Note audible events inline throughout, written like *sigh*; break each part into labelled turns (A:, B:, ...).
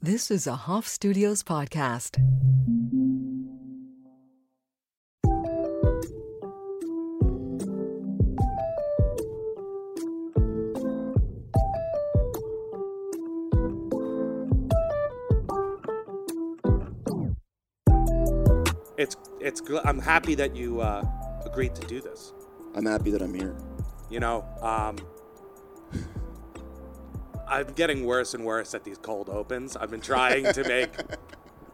A: This is a Hoff Studios podcast.
B: It's it's. gl- I'm happy that you uh, agreed to do this.
C: I'm happy that I'm here.
B: You know, um, I'm getting worse and worse at these cold opens. I've been trying to make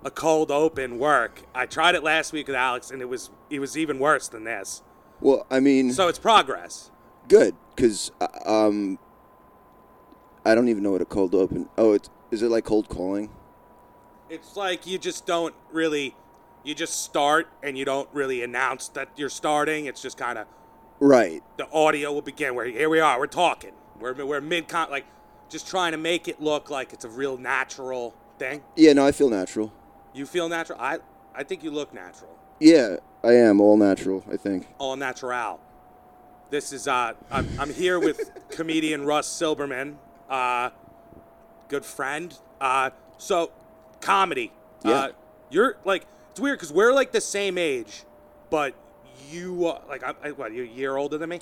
B: a cold open work. I tried it last week with Alex, and it was it was even worse than this.
C: Well, I mean,
B: So it's progress.
C: good because um, I don't even know what a cold open. Oh, it's is it like cold calling?
B: It's like you just don't really, you just start and you don't really announce that you're starting. It's just kind of
C: Right.
B: the audio will begin where here we are we're talking we're, we're mid con like just trying to make it look like it's a real natural thing
C: Yeah. No, I feel natural.
B: you feel natural i i think you look natural
C: Yeah, I am all natural. I think.
B: all natural this is uh i'm, I'm here with comedian russ silberman uh good friend uh so comedy
C: Yeah.
B: uh you're like it's weird because we're like the same age but you uh, like I, I, what you're a year older than me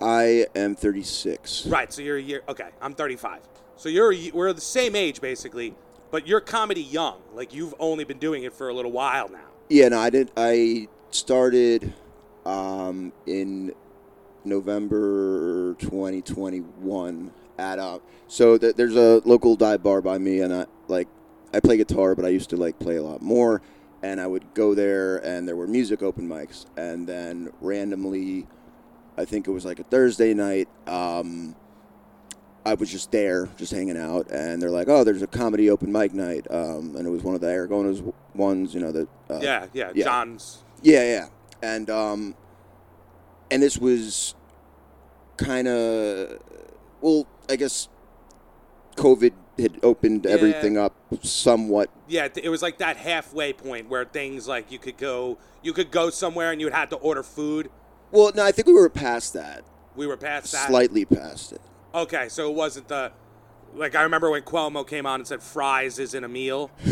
C: I am 36.
B: Right, so you're a year. Okay, I'm 35. So you're a ye- we're the same age basically, but you're comedy young. Like you've only been doing it for a little while now.
C: Yeah. No, I did. I started um, in November 2021 at uh, so th- there's a local dive bar by me, and I like I play guitar, but I used to like play a lot more. And I would go there, and there were music open mics, and then randomly, I think it was like a Thursday night. Um, I was just there, just hanging out, and they're like, "Oh, there's a comedy open mic night," um, and it was one of the Aragonas ones, you know, that uh,
B: yeah, yeah,
C: yeah.
B: John's.
C: yeah, yeah, and um, and this was kind of well, I guess COVID had opened
B: Yeah.
C: everything up somewhat.
B: Yeah, it it was like that halfway point where things like you could go, you could go somewhere and you would have to order food.
C: Well, no, I think we were past that,
B: We were past that.
C: slightly past it.
B: Okay, so it wasn't the. Like I remember when Cuomo came on and said fries isn't a meal,
C: *laughs*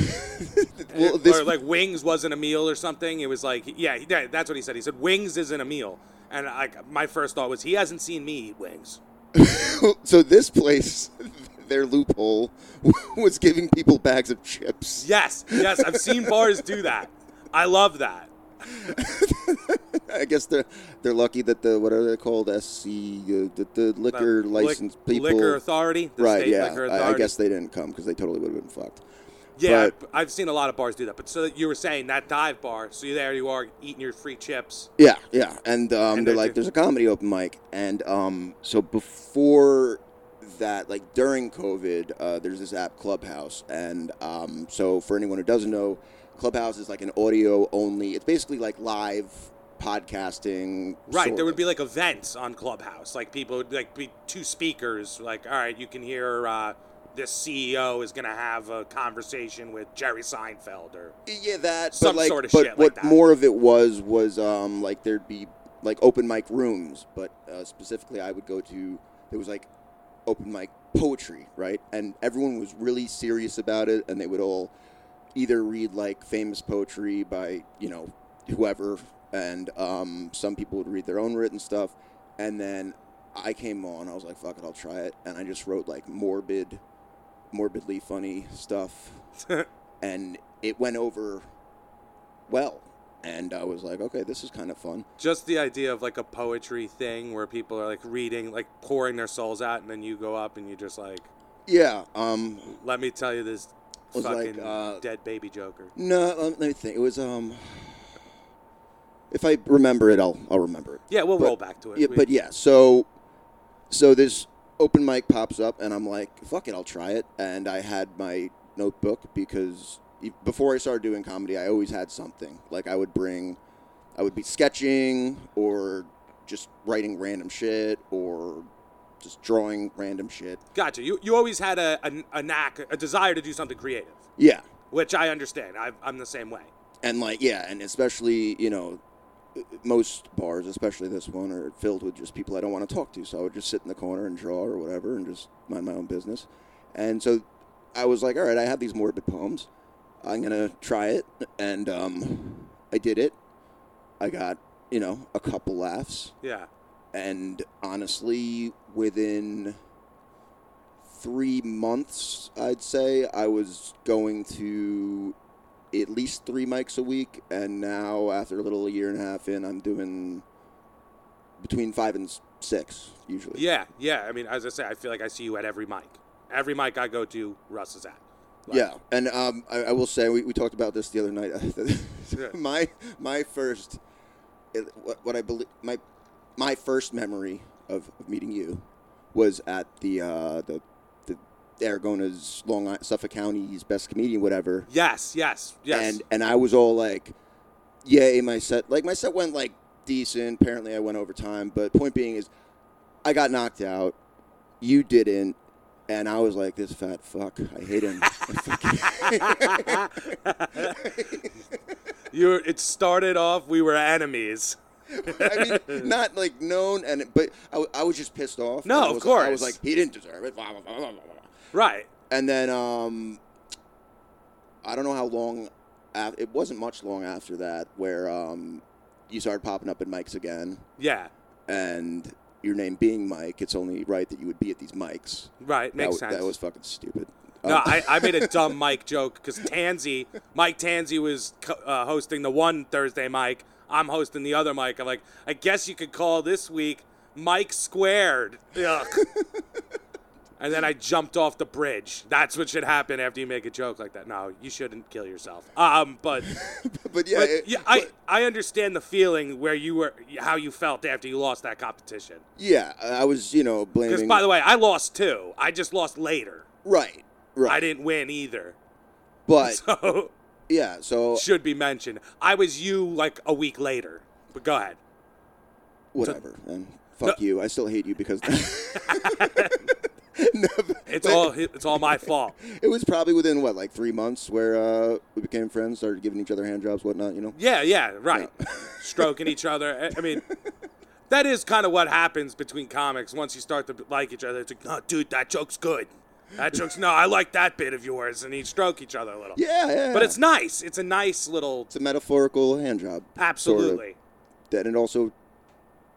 C: Well, this,
B: or like wings wasn't a meal or something. It was like yeah, yeah, that's what he said. He said wings isn't a meal, and like my first thought was he hasn't seen me eat wings.
C: so this place, *laughs* their loophole *laughs* was giving people bags of chips.
B: Yes, yes, I've seen bars do that. I love that.
C: *laughs* I guess they're they're lucky that the what are they called? SC, uh, the, the
B: The
C: liquor
B: lic-
C: license people.
B: liquor authority, the
C: right?
B: state
C: Yeah,
B: liquor
C: I,
B: authority.
C: I guess they didn't come because they totally would have been fucked.
B: yeah,
C: but-
B: I've I've seen a lot of bars do that. But so you were saying that dive bar, so you there you are eating your free chips.
C: Yeah, yeah. And, um,
B: And
C: they're
B: they-
C: like, there's a comedy open mic. And um, so before that, like during COVID, uh, there's this app Clubhouse. And um, so for anyone who doesn't know, Clubhouse is like an audio only, it's basically like live podcasting.
B: Right,
C: sort
B: there would
C: of.
B: be like events on Clubhouse, like people would like be two speakers, like all right, you can hear uh, this CEO is gonna have a conversation with Jerry Seinfeld or
C: Yeah, that.
B: Some
C: but like,
B: sort of
C: but
B: shit like
C: what
B: that.
C: more of it was was um like there'd be like open mic rooms, but uh, specifically I would go to there was like open mic poetry, right? And everyone was really serious about it, and they would all either read like famous poetry by you know whoever, and um some people would read their own written stuff, and then I came on, I was like, fuck it, I'll try it, and I just wrote like morbid, morbidly funny stuff
B: *laughs*
C: and it went over well. And I was like, okay, this is kind of fun.
B: just the idea of like a poetry thing where people are like reading, like pouring their souls out, and then you go up and you just like
C: Yeah. Um.
B: Let me tell you this
C: Was like,
B: fucking
C: uh,
B: dead baby Joker.
C: No. um, Let me think. It was um. If I remember it, I'll I'll remember it.
B: Yeah, we'll
C: but-
B: roll back to it.
C: Yeah,
B: We-
C: but yeah, so so this open mic pops up, and I'm like, fuck it, I'll try it. And I had my notebook because e- before I started doing comedy, I always had something. Like I would bring, I would be sketching or just writing random shit or just drawing random shit.
B: gotcha. You you always had a, a a knack, a desire to do something creative,
C: Yeah,
B: which I understand. I've, I'm the same way.
C: and like yeah, and especially you know. Most bars, especially this one, are filled with just people I don't want to talk to. So I would just sit in the corner and draw or whatever, and just mind my own business. And so I was like, all right, I have these morbid poems. I'm gonna try it, and um, I did it. I got you know a couple laughs,
B: Yeah.
C: and honestly, within three months, I'd say I was going to at least three mics a week, and now after a little year and a half in, I'm doing between five and s- six usually.
B: Yeah, yeah. I mean, as I say, I feel like I see you at every mic. Every mic I go to, Russ is at. Like,
C: Yeah, and um, I, I will say we, we talked about this the other night. *laughs* my my first, it- what, what I believe my my first memory of, of meeting you was at the uh, the the Aragona's Long Island, Suffolk County's best comedian whatever,
B: Yes, yes, yes. *laughs*
C: and *laughs* and I was all like, yay, my set like my set went like decent. Apparently, I went over time, but point being is, I got knocked out. You didn't. And I was like, "This fat fuck, I hate him."
B: you it started off we were enemies.
C: I mean, not like known, and but I, I was just pissed off.
B: No,
C: And I
B: of
C: was like- I was
B: course.
C: like, he didn't deserve it. Blah, blah, blah, blah, blah, blah.
B: Right.
C: And then um, I don't know how long. af it wasn't much long after that where um, you started popping up in mics again,
B: Yeah.
C: and your name being Mike, it's only right that you would be at these mics.
B: Right. Makes
C: that, wa-
B: sense.
C: That was fucking stupid.
B: no,
C: Um,
B: I, I made a
C: *laughs*
B: dumb Mike joke because Tansy, Mike Tansy was co- uh, hosting the one Thursday mic. I'm hosting the other mic. I'm like, I guess you could call this week Mike Squared. Ugh. and then I jumped off the bridge. That's what should happen after you make a joke like that. No, you shouldn't kill yourself. Um, but.
C: but *laughs* yeah,
B: But
C: it-
B: yeah, I, I understand the feeling where you were, how you felt after you lost that competition.
C: yeah, I I was you know
B: Because
C: blaming.
B: by the way, I lost too. I just lost later.
C: right, right.
B: I didn't win either.
C: but
B: *laughs* So
C: yeah, so
B: should be mentioned. I was you like a week later. But go ahead.
C: whatever and fuck you i still hate you
B: *laughs*
C: because no, but-
B: It's
C: but
B: all it's all my fault.
C: it was probably within what like three months where uh, we became friends started giving each other hand jobs whatnot you know
B: Yeah, yeah, right.
C: *laughs*
B: Stroking each other. I- I mean, that is kind of what happens between comics once you start to like each other. It's like, no, dude, that joke's good. That joke's no, I like that bit of yours, and you stroke each other a little.
C: yeah yeah
B: But it's nice. It's a nice little.
C: it's a metaphorical hand job
B: Absolutely,
C: that it also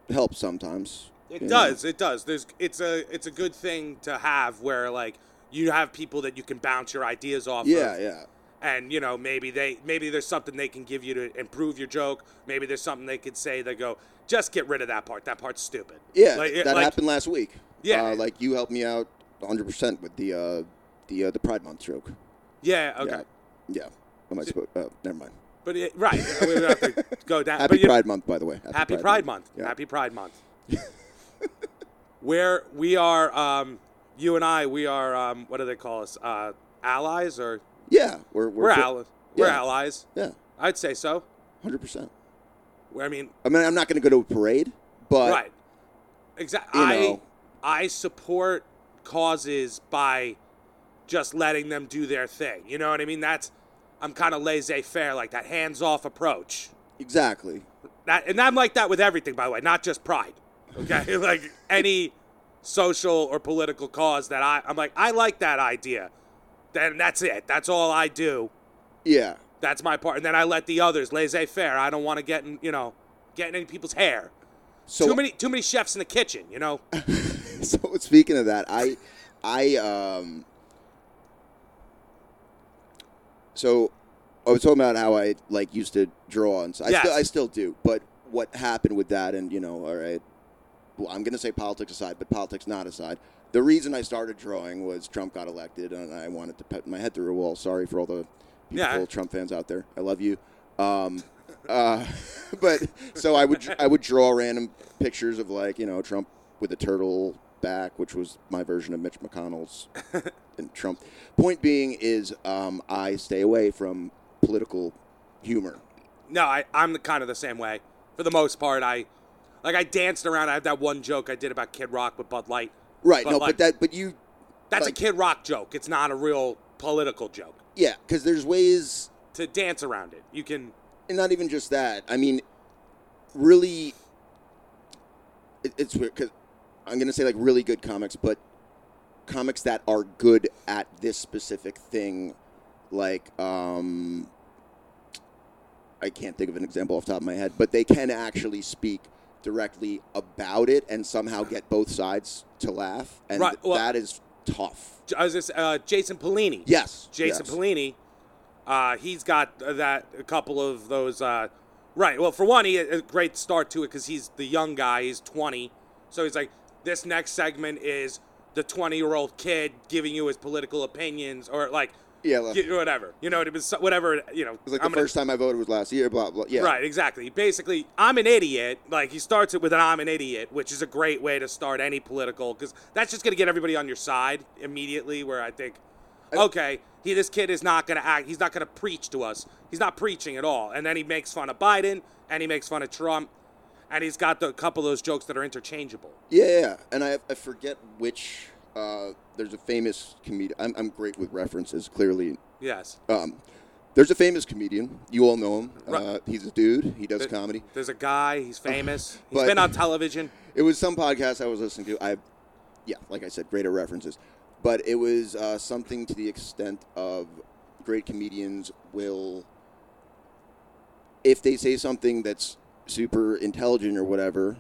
C: helps sometimes
B: it
C: you know?
B: does. It does. There's. It's a. It's a good thing to have where like you have people that you can bounce your ideas off.
C: yeah
B: Of,
C: yeah
B: and you know maybe they maybe there's something they can give you to improve your joke. Maybe there's something they could say that go just get rid of that part. That part's stupid.
C: yeah
B: Like, it-
C: that
B: like-
C: happened last week
B: Yeah.
C: uh, like you helped me out 100% with the uh, the uh, the pride month joke
B: Yeah. Okay.
C: yeah yeah am i supposed uh, never mind
B: But it, right, we don't have
C: *laughs*
B: to go down.
C: happy
B: but you-
C: pride month by the way
B: Happy Pride Month.
C: Yeah.
B: Happy Pride Month.
C: *laughs*
B: Where we are, um, you and I, we are. Um, what do they call us? Uh, allies or
C: yeah we're we're,
B: we're
C: fi-
B: allies? We're
C: yeah.
B: allies.
C: yeah
B: I'd say so.
C: Hundred percent.
B: I mean,
C: I mean, I'm not going to go to a parade, but
B: right? Exactly.
C: you
B: I
C: know.
B: I support causes by just letting them do their thing. You know what I mean? That's I'm kind of laissez-faire like that hands-off approach.
C: exactly.
B: That, and I'm like that with everything, by the way, not just pride. Okay, *laughs* like any social or political cause that I, I'm like, I like that idea. Then that's it. That's all I do.
C: Yeah,
B: That's my part. And then I let the others laissez faire. I don't want to get in, you know, get in any people's hair.
C: So-
B: too many, too many chefs in the kitchen. You know.
C: *laughs* so speaking of that, I, I, um, so I was talking about how I like used to draw, and so I,
B: Yes.
C: still, I still do. But what happened with that, and you know, all right, well, I'm going to say politics aside, but politics not aside. The reason I started drawing was Trump got elected, and I wanted to put my head through a wall. Sorry for all the
B: Yeah.
C: beautiful Trump fans out there. I love you. Um, *laughs* uh, but so I would I would draw random pictures of like you know Trump with a turtle back, which was my version of Mitch
B: *laughs*
C: McConnell's and Trump. Point being is um, I stay away from political humor.
B: No, I, I'm the kind of the same way. For the most part, I, like, I danced around. I have that one joke I did about Kid Rock with Bud Light.
C: Right?
B: But,
C: no,
B: like,
C: but that but you
B: That's
C: like-
B: a Kid Rock joke. It's not a real political joke.
C: yeah because there's ways
B: to dance around it. You can
C: and not even just that. I mean, really, it, it's weird because I'm gonna say like really good comics, but comics that are good at this specific thing, like um, I can't think of an example off the top of my head, but they can actually speak directly about it and somehow get both sides to laugh, and
B: Right, well-
C: that is tough.
B: J- I was just, uh, Jason Polini.
C: Yes,
B: Jason
C: yes.
B: Polini. Uh, he's got that a couple of those. Uh, right. Well, for one, he uh, a great start to it because he's the young guy. He's 20, so he's like, this next segment is the 20 year old kid giving you his political opinions or like,
C: Yeah, like-
B: y- whatever. You know, it was whatever. You know,
C: It was like
B: I'm
C: the
B: gonna-
C: first time I voted was last year. Blah blah. Yeah,
B: Right, exactly. Basically, I'm an idiot. Like he starts it with an "I'm an idiot," which is a great way to start any political because that's just gonna get everybody on your side immediately. Where I think, okay, he this kid is not gonna act. He's not gonna preach to us. He's not preaching at all. And then he makes fun of Biden and he makes fun of Trump, and he's got the a couple of those jokes that are interchangeable.
C: Yeah, yeah, yeah. and I, I forget which. Uh, there's a famous comedian. I'm, I'm great with references. Clearly,
B: Yes,
C: um, there's a famous comedian. You all know him. Uh,
B: Right.
C: he's a dude. He does
B: There-
C: comedy.
B: There's a guy. He's
C: *laughs*
B: famous. He's
C: But-
B: been on television.
C: It was some podcast I was listening to. I, yeah, like I said, greater references, but it was uh, something to the extent of great comedians will, if they say something that's super intelligent or whatever,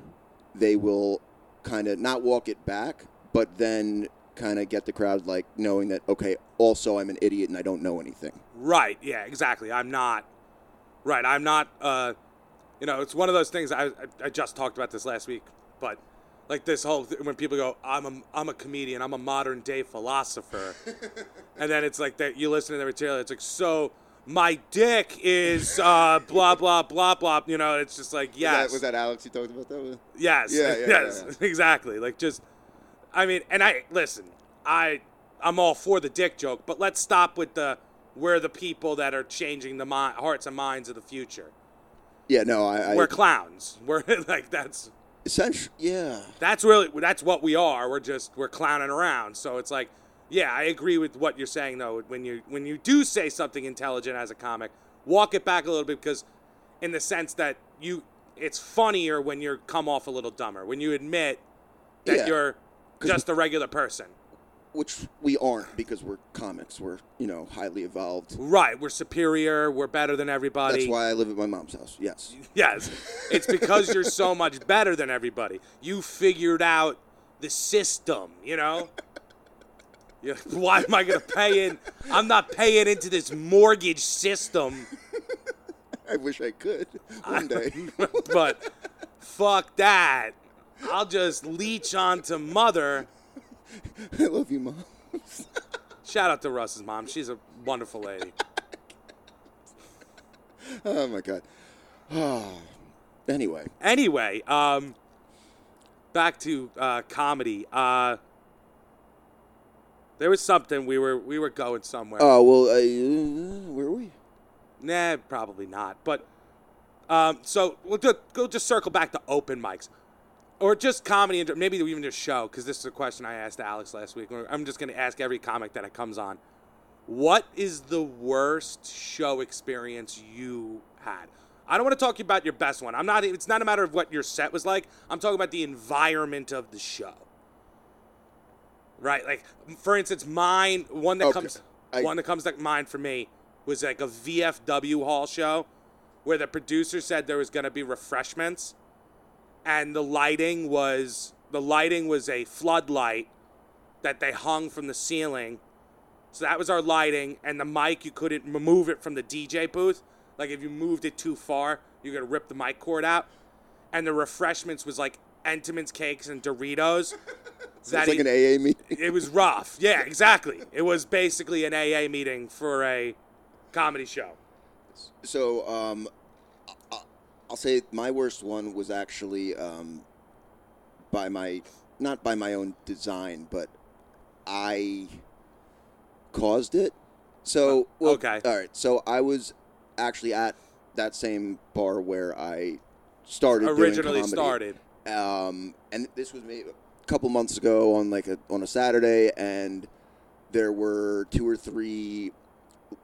C: they will kind of not walk it back, but then kind of get the crowd like knowing that okay, also I'm an idiot and I don't know anything.
B: Right. Yeah. Exactly. I'm not. Right. I'm not. Uh, you know, it's one of those things. I I, I just talked about this last week, but like this whole th- when people go, I'm a I'm a comedian. I'm a modern day
C: *laughs*
B: philosopher, and then it's like that you listen to the material. It's like so. My dick is uh, blah blah blah blah. You know, it's just like yes,
C: was that Alex you talked about that? With?
B: yes, *laughs*
C: Yeah, yeah,
B: yes,
C: yeah,
B: exactly. Like just, I mean, and I listen. I I'm all for the dick joke, but let's stop with the we're the people that are changing the mi- hearts and minds of the future.
C: Yeah, no, I, I
B: we're clowns. *laughs* We're like that's
C: essentially yeah.
B: that's really that's what we are. We're just we're clowning around. So it's like, yeah, I agree with what you're saying though. When you when you do say something intelligent as a comic, walk it back a little bit because, in the sense that you, it's funnier when you're come off a little dumber when you admit that
C: Yeah. *laughs*
B: you're just a regular person.
C: which we aren't because we're comics. We're you know highly evolved.
B: Right, we're superior. We're better than everybody.
C: That's why I live at my mom's house. Yes,
B: Yes. It's because you're so much better than everybody. You figured out the system, you know? You're like, Why am I going to pay in? I'm not paying into this mortgage system,
C: *laughs*
B: *laughs*
C: I wish I could one day. *laughs*
B: but fuck that. I'll just leech onto mother.
C: I love you, mom. *laughs*
B: Shout out to Russ's mom. She's a wonderful lady.
C: Oh my god. *sighs* Ah. anyway,
B: Anyway, um, back to uh, comedy. Uh, there was something we were we were going somewhere.
C: oh well, uh, where are we?
B: Nah, probably not. But um, so we'll just, go just circle back to open mics, or just comedy, and maybe even just show. Because this is a question I asked Alex last week. I'm just going to ask every comic that comes on. What is the worst show experience you had? I don't want to talk about your best one. I'm not. It's not a matter of what your set was like. I'm talking about the environment of the show. Right, like for instance, mine one that
C: Okay.
B: comes
C: I-
B: one that comes to mind for me was like a VFW hall show where the producer said there was going to be refreshments and the lighting was the lighting was a floodlight that they hung from the ceiling. So that was our lighting and the mic you couldn't remove it from the DJ booth. Like if you moved it too far, you're going to rip the mic cord out. And the refreshments was like Entenmann's cakes and
C: *laughs*
B: Doritos.
C: It's
B: that
C: like
B: he-
C: an AA meeting.
B: it was rough. Yeah, exactly. It was basically an AA meeting for a comedy show.
C: So um, I- I- I'll say my worst one was actually um, by my not by my own design, but I caused it. So well,
B: Uh, okay.
C: all right. So I was actually at that same bar where I started doing
B: Originally
C: comedy.
B: started.
C: Um, and this was maybe a couple months ago on like a on a Saturday, and there were two or three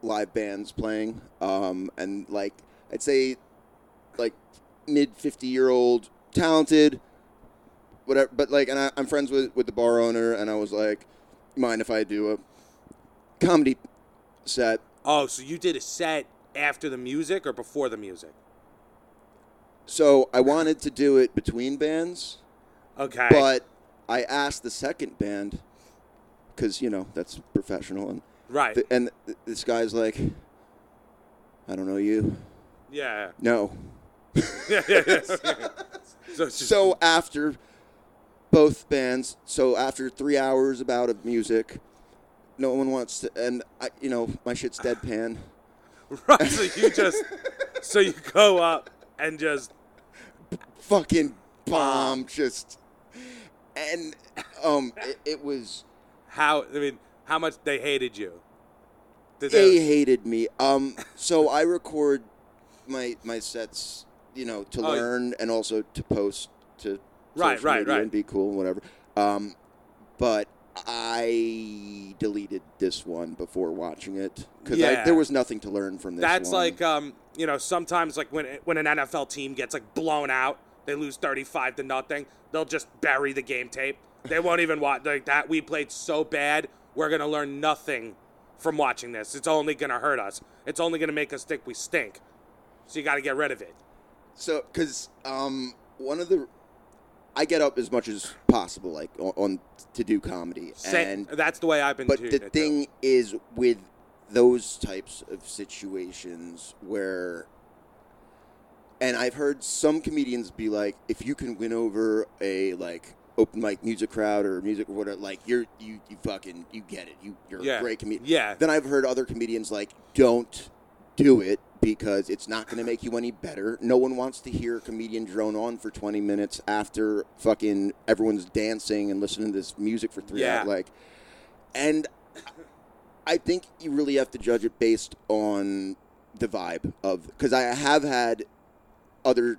C: live bands playing, um, and like I'd say, like mid fifty year old talented, whatever. But like, and I, I'm friends with with the bar owner, and I was like, mind if I do a comedy set
B: Oh, so you did a set after the music or before the music?
C: So I wanted to do it between bands,
B: Okay.
C: but I asked the second band because you know that's professional, and
B: right.
C: th- and th- this guy's like, I don't know you, *laughs*
B: yeah. *laughs*
C: no.
B: So it's just
C: So after both bands, so after three hours about of music, no one wants to, and I, you know, my shit's deadpan.
B: *laughs* right. So you just so you go up and just
C: fucking bomb just and um it, it was
B: how I mean how much they hated you. Did
C: they
B: they?
C: hated me. Um, so I record my my sets, you know, to
B: Oh, yeah.
C: learn and also to post to
B: Right,
C: social
B: right,
C: media
B: right.
C: and be cool and whatever. Um, but I deleted this one before watching it because
B: Yeah.
C: there was nothing to learn from this.
B: That's
C: one.
B: like um you know sometimes like when when an NFL team gets like blown out, they lose thirty five to nothing. They'll just bury the game tape. They won't even watch like that. We played so bad. We're gonna learn nothing from watching this. It's only gonna hurt us. It's only gonna make us think we stink. So you got to get rid of it.
C: so because um one of the I get up as much as possible like on, on to do comedy
B: Sa-
C: and
B: that's the way I've been.
C: But
B: doing
C: the
B: it,
C: thing is, with those types of situations where, and I've heard some comedians be like, if you can win over a like open mic music crowd or music or whatever, like you're you you fucking you get it, you you're
B: though. yeah.
C: a great comedian.
B: Yeah,
C: Then I've heard other comedians like, don't do it because it's not going to make you any better. No one wants to hear a comedian drone on for 20 minutes after fucking everyone's dancing and listening to this music for three
B: Yeah.
C: hours. Like, and I think you really have to judge it based on the vibe of, because I have had other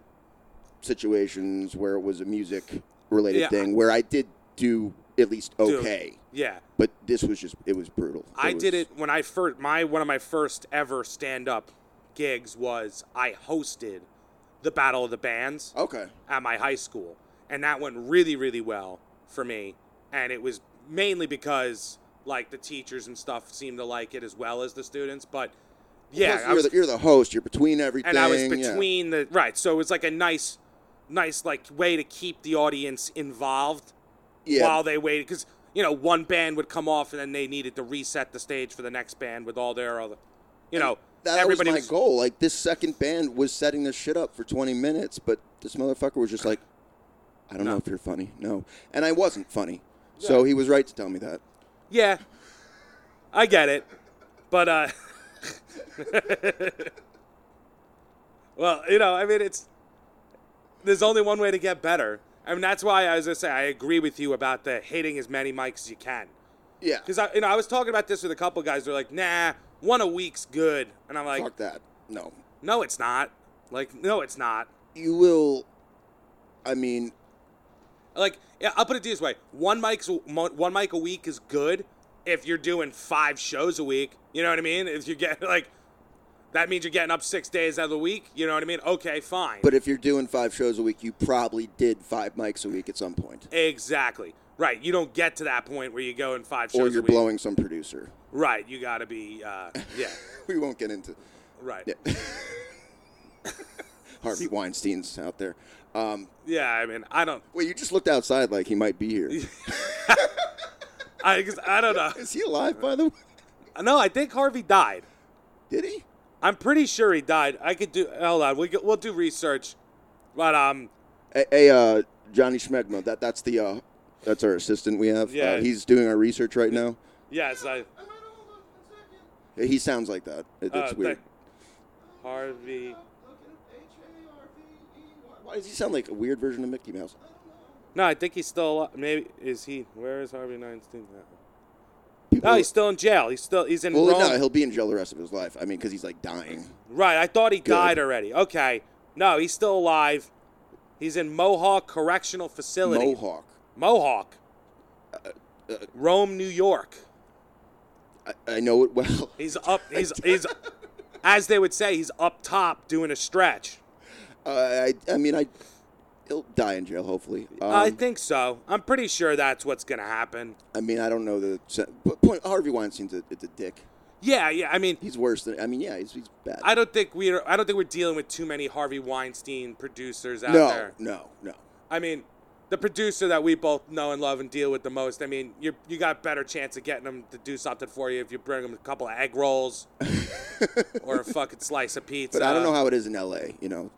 C: situations where it was a music related
B: Yeah,
C: thing where I did do at least okay.
B: yeah.
C: But this was just, it was brutal.
B: I
C: was-
B: did it when I first my one of my first ever stand up gigs was I hosted the Battle of the Bands
C: Okay.
B: at my high school, and that went really really well for me, and it was mainly because like the teachers and stuff seemed to like it as well as the students, but yeah,
C: Plus,
B: I
C: you're,
B: was-
C: the, you're the host. You're between everything.
B: and I was
C: yeah.
B: between the right, so it was like a nice, nice like way to keep the audience involved
C: Yeah.
B: while they waited because you know one band would come off and then they needed to reset the stage for the next band with all their other, you know,
C: that
B: everybody
C: was my
B: was-
C: goal. Like this second band was setting this shit up for 20 minutes, but this motherfucker was just like, "I don't know if you're funny." No, and I wasn't funny, so he was right to tell me that.
B: Yeah, I get it, but uh, *laughs* well, you know, I mean, it's there's only one way to get better. I mean, that's why I was gonna say I agree with you about the hitting as many mics as you can.
C: Yeah.
B: Because I, you know, I was talking about this with a couple guys. They're like, "Nah, one a week's good," and I'm like,
C: Fuck that. No,
B: "No, it's not." Like, no, it's not.
C: you will. I mean,
B: Like, yeah, I'll put it this way: one mic's mo- one mic a week is good if you're doing five shows a week. You know what I mean? If you get *laughs* like, that means you're getting up six days out of the week. You know what I mean? Okay, fine.
C: but if you're doing five shows a week, you probably did five mics a week at some point,
B: exactly right. You don't get to that point where you go in five shows
C: or
B: a
C: you're
B: week.
C: blowing some producer. *laughs*
B: Right. You gotta be. Uh, yeah.
C: We won't get into
B: Right.
C: Yeah. Harvey Weinstein's out there. Um,
B: yeah. I mean, I don't.
C: Wait, you just looked outside like he might be *laughs* here.
B: I. 'cause I don't know.
C: Is he alive, by the way? *laughs*
B: No, I think Harvey died.
C: Did he?
B: I'm pretty sure he died. I could do. Hold on. We go, we'll do research. But um,
C: Hey, hey, uh, Johnny Schmegma, that that's the uh, that's our assistant we have.
B: Yeah.
C: Uh, he's doing our research right now.
B: yes, I.
C: He sounds like that. It,
B: uh,
C: it's weird.
B: thank- Harvey.
C: Why does he sound like a weird version of Mickey Mouse?
B: No, I think he's still. al- Maybe is he? Where is Harvey Weinstein? now?
C: People,
B: No, he's still in jail. He's still. He's in
C: well,
B: Rome.
C: no, he'll be in jail the rest of his life. I mean, because he's like dying.
B: right. I thought he died already. Okay. No, he's still alive. He's in Mohawk Correctional Facility.
C: Mohawk. Uh,
B: Mohawk. Rome, New York.
C: I, I know it well. *laughs*
B: He's up. He's he's. As they would say, he's up top doing a stretch.
C: Uh, I I mean I he'll die in jail. Hopefully, um,
B: I think so. I'm pretty sure that's what's gonna happen.
C: I mean, I don't know the sen- but point. Harvey Weinstein's a, it's a dick.
B: Yeah, yeah. I mean,
C: He's worse than I mean, yeah, he's, he's bad.
B: I don't think we're I don't think we're dealing with too many Harvey Weinstein producers out
C: no,
B: there.
C: no, no.
B: I mean, the producer that we both know and love and deal with the most. I mean, you you got better chance of getting him to do something for you if you bring him a couple of egg
C: *laughs*
B: rolls or a fucking slice of pizza.
C: But I don't know how it is in L.A. You know,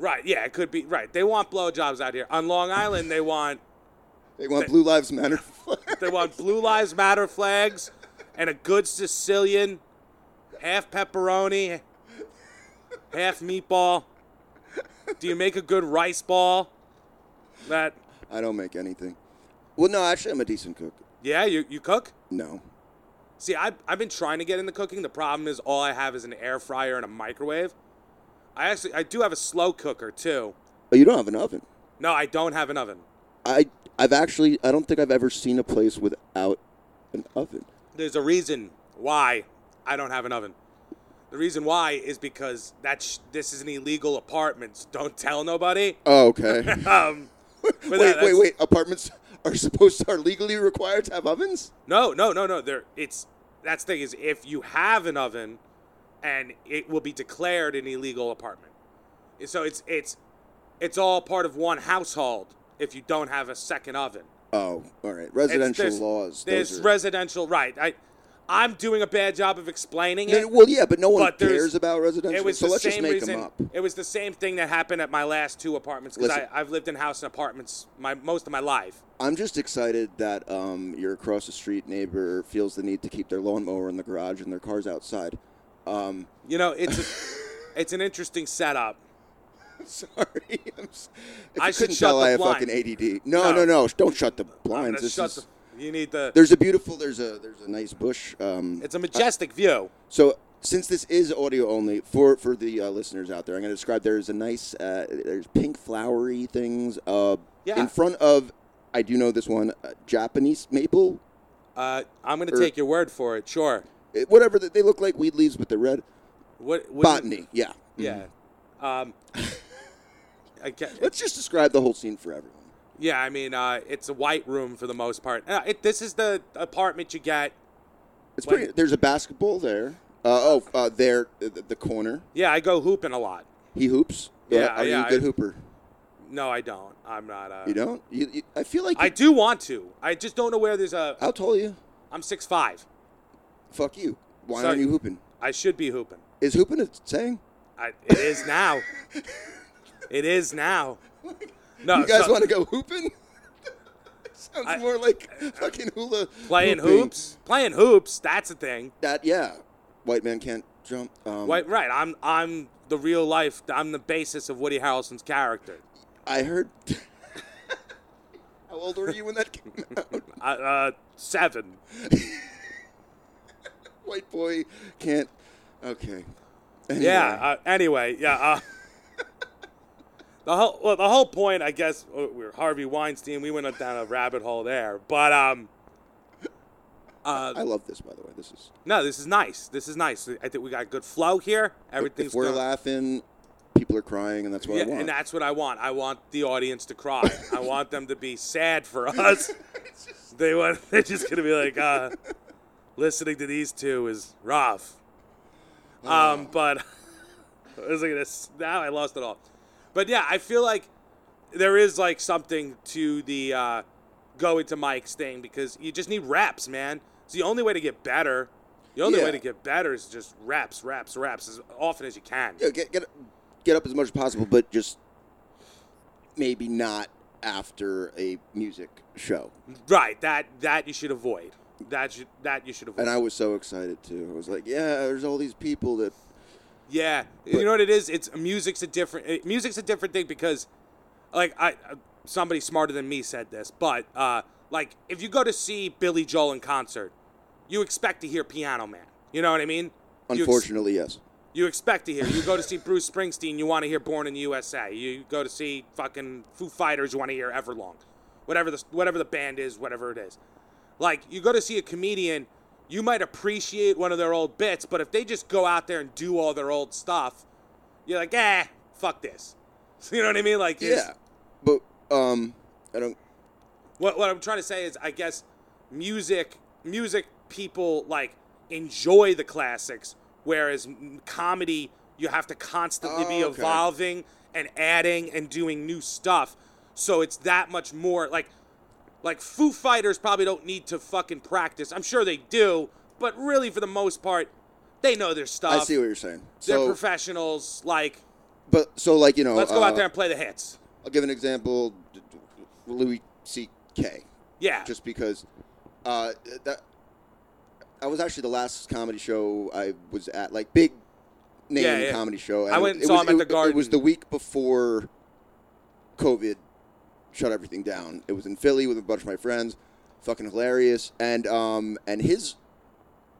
B: Right? Yeah, it could be. Right? They want blowjobs out here on Long Island. They want
C: they want Blue Lives Matter. *laughs*
B: they want blue lives matter flags and a good Sicilian, half pepperoni, half meatball. Do you make a good rice ball? That
C: I don't make anything. Well, no, actually, I'm a decent cook.
B: yeah, you you cook?
C: No,
B: See, I've, I've been trying to get into cooking. The problem is all I have is an air fryer and a microwave. I actually I do have a slow cooker too.
C: but Oh, you don't have an oven.
B: No, I don't have an oven.
C: I I've actually I don't think I've ever seen a place without an oven.
B: There's a reason why I don't have an oven. The reason why is because that's sh- this is an illegal apartment. so don't tell nobody.
C: Oh, *laughs* okay. wait,
B: Um, but no,
C: wait,
B: that's-
C: wait. Apartments *laughs* are supposed are legally required to have ovens?
B: No, no, no, no. There, it's that's the thing is if you have an oven, and it will be declared an illegal apartment. So it's it's it's all part of one household. If you don't have a second oven,
C: Oh, all right.
B: It's-
C: Residential
B: there's-
C: laws.
B: There's
C: those are-
B: residential, right? I, I'm doing a bad job of explaining
C: No,
B: it.
C: well, yeah, but no one
B: but there's-
C: cares about residential.
B: It was
C: so
B: the
C: let's just
B: same
C: make
B: reason.
C: them up.
B: It was the same thing that happened at my last two apartments because
C: Listen.
B: I've lived in house and apartments my most of my life.
C: I'm just excited that um, your across the street neighbor feels the need to keep their lawnmower in the garage and their cars outside. Um, *laughs*
B: You know, it's a, it's an interesting setup.
C: sorry, *laughs* I'm, s- if
B: I
C: you
B: should
C: couldn't
B: shut
C: tell,
B: the
C: I have
B: blinds.
C: fucking ADD. No,
B: No.
C: no, no, don't shut the
B: I'm
C: blinds.
B: gonna
C: This
B: shut
C: is,
B: the- you need the.
C: there's a beautiful. There's a there's a nice bush. Um,
B: It's a majestic view.
C: So since this is audio only for for the uh, listeners out there, I'm going to describe. There's a nice uh, there's pink flowery things uh,
B: Yeah.
C: in front of. I do know this one uh, Japanese maple,
B: Uh, I'm gonna
C: Er-
B: take your word for it. Sure.
C: eh, whatever that they look like weed leaves, but they're red.
B: What? what
C: Botany, yeah. Mm-hmm.
B: Yeah.
C: *laughs*
B: Um. I get,
C: Let's just describe the whole scene for everyone.
B: yeah, I mean, uh, it's a white room for the most part. Uh, it, this is the apartment you get.
C: It's
B: Wait.
C: pretty. There's a basketball there. Uh, oh, uh, there uh, the, the corner.
B: Yeah, I go hooping a lot.
C: He hoops.
B: Yeah,
C: are you
B: yeah,
C: a good
B: I-
C: hooper?
B: No, I don't. I'm not. Uh,
C: You don't. You, you, I feel like.
B: I
C: I,
B: do want to. I just don't know where there's a.
C: how tall are you?
B: I'm six five.
C: Fuck you. Why
B: Sorry.
C: aren't you hooping?
B: I should be hooping.
C: Is hooping a saying?
B: I, it is now. it is now. No,
C: You guys
B: Uh, so-
C: want to go hooping? *laughs* Sounds
B: I-
C: more like fucking hula.
B: playing
C: hooping.
B: hoops. Playing hoops. That's a thing.
C: That yeah, white man can't jump. Um,
B: Right, right. I'm I'm the real life. I'm the basis of Woody Harrelson's character.
C: I heard. *laughs* How old were you when that came out?
B: Uh, uh seven.
C: White boy can't. Okay. Anyway,
B: Yeah. Uh, anyway, yeah. Uh, the whole well, the whole point, I guess, we we're Harvey Weinstein. We went up down a rabbit hole there, but um. Uh,
C: I love this by the way. This is
B: no, this is nice. This is nice. I think we got good flow here. Everything's
C: if we're
B: going-
C: laughing, people are crying, and that's what
B: Yeah,
C: I want.
B: and that's what I want. I want the audience to
C: *laughs*
B: cry. I want them to be sad for us. they want. *laughs* They're just gonna be like, uh, listening to these two is rough.
C: Oh.
B: Um, but *laughs* I was like this. Now I lost it all. But yeah, I feel like there is like something to the uh, go into Mike's thing because you just need reps, man. It's the only way to get better. The only
C: Yeah.
B: way to get better is just reps, reps, reps as often as you can.
C: Yeah, get get get up as much as possible, but just maybe not after a music show.
B: Mm-hmm. Right. That that you should avoid. That you, that you should avoid.
C: And I was so excited too. I was like, yeah, there's all these people that
B: yeah. you know what it is? It's music's a different eh, music's a different thing because like I uh, somebody smarter than me said this, but uh like if you go to see Billy Joel in concert, you expect to hear Piano Man. You know what I mean? You ex-
C: unfortunately, yes.
B: you expect to hear. You go to see Bruce Springsteen, you want to hear Born in the USA. You go to see fucking Foo Fighters, you want to hear Everlong. Whatever the whatever the band is, whatever it is. Like you go to see a comedian, you might appreciate one of their old bits, but if they just go out there and do all their old stuff, you're like, "Eh, fuck this." *laughs* You know what I mean? Like it's-
C: Yeah. but um, I don't.
B: What what I'm trying to say is, I guess music music people like enjoy the classics, whereas m- comedy you have to constantly be
C: Oh, okay.
B: evolving and adding and doing new stuff. So it's that much more like like Foo Fighters probably don't need to fucking practice. I'm sure they do, but really for the most part, they know their stuff.
C: I see what you're saying.
B: Uh, They're
C: So,
B: professionals. Like
C: but so like you know,
B: let's go out
C: uh,
B: there and play the hits.
C: I'll give an example. d- d- Louis C.K.
B: Yeah.
C: Just because uh, that that was actually the last comedy show I was at, like big name
B: Yeah, yeah.
C: comedy show.
B: I went and saw
C: was,
B: him at the
C: it, It was
B: Garden.
C: the week before COVID shut everything down. It was in Philly with a bunch of my friends. Fucking hilarious. And um and his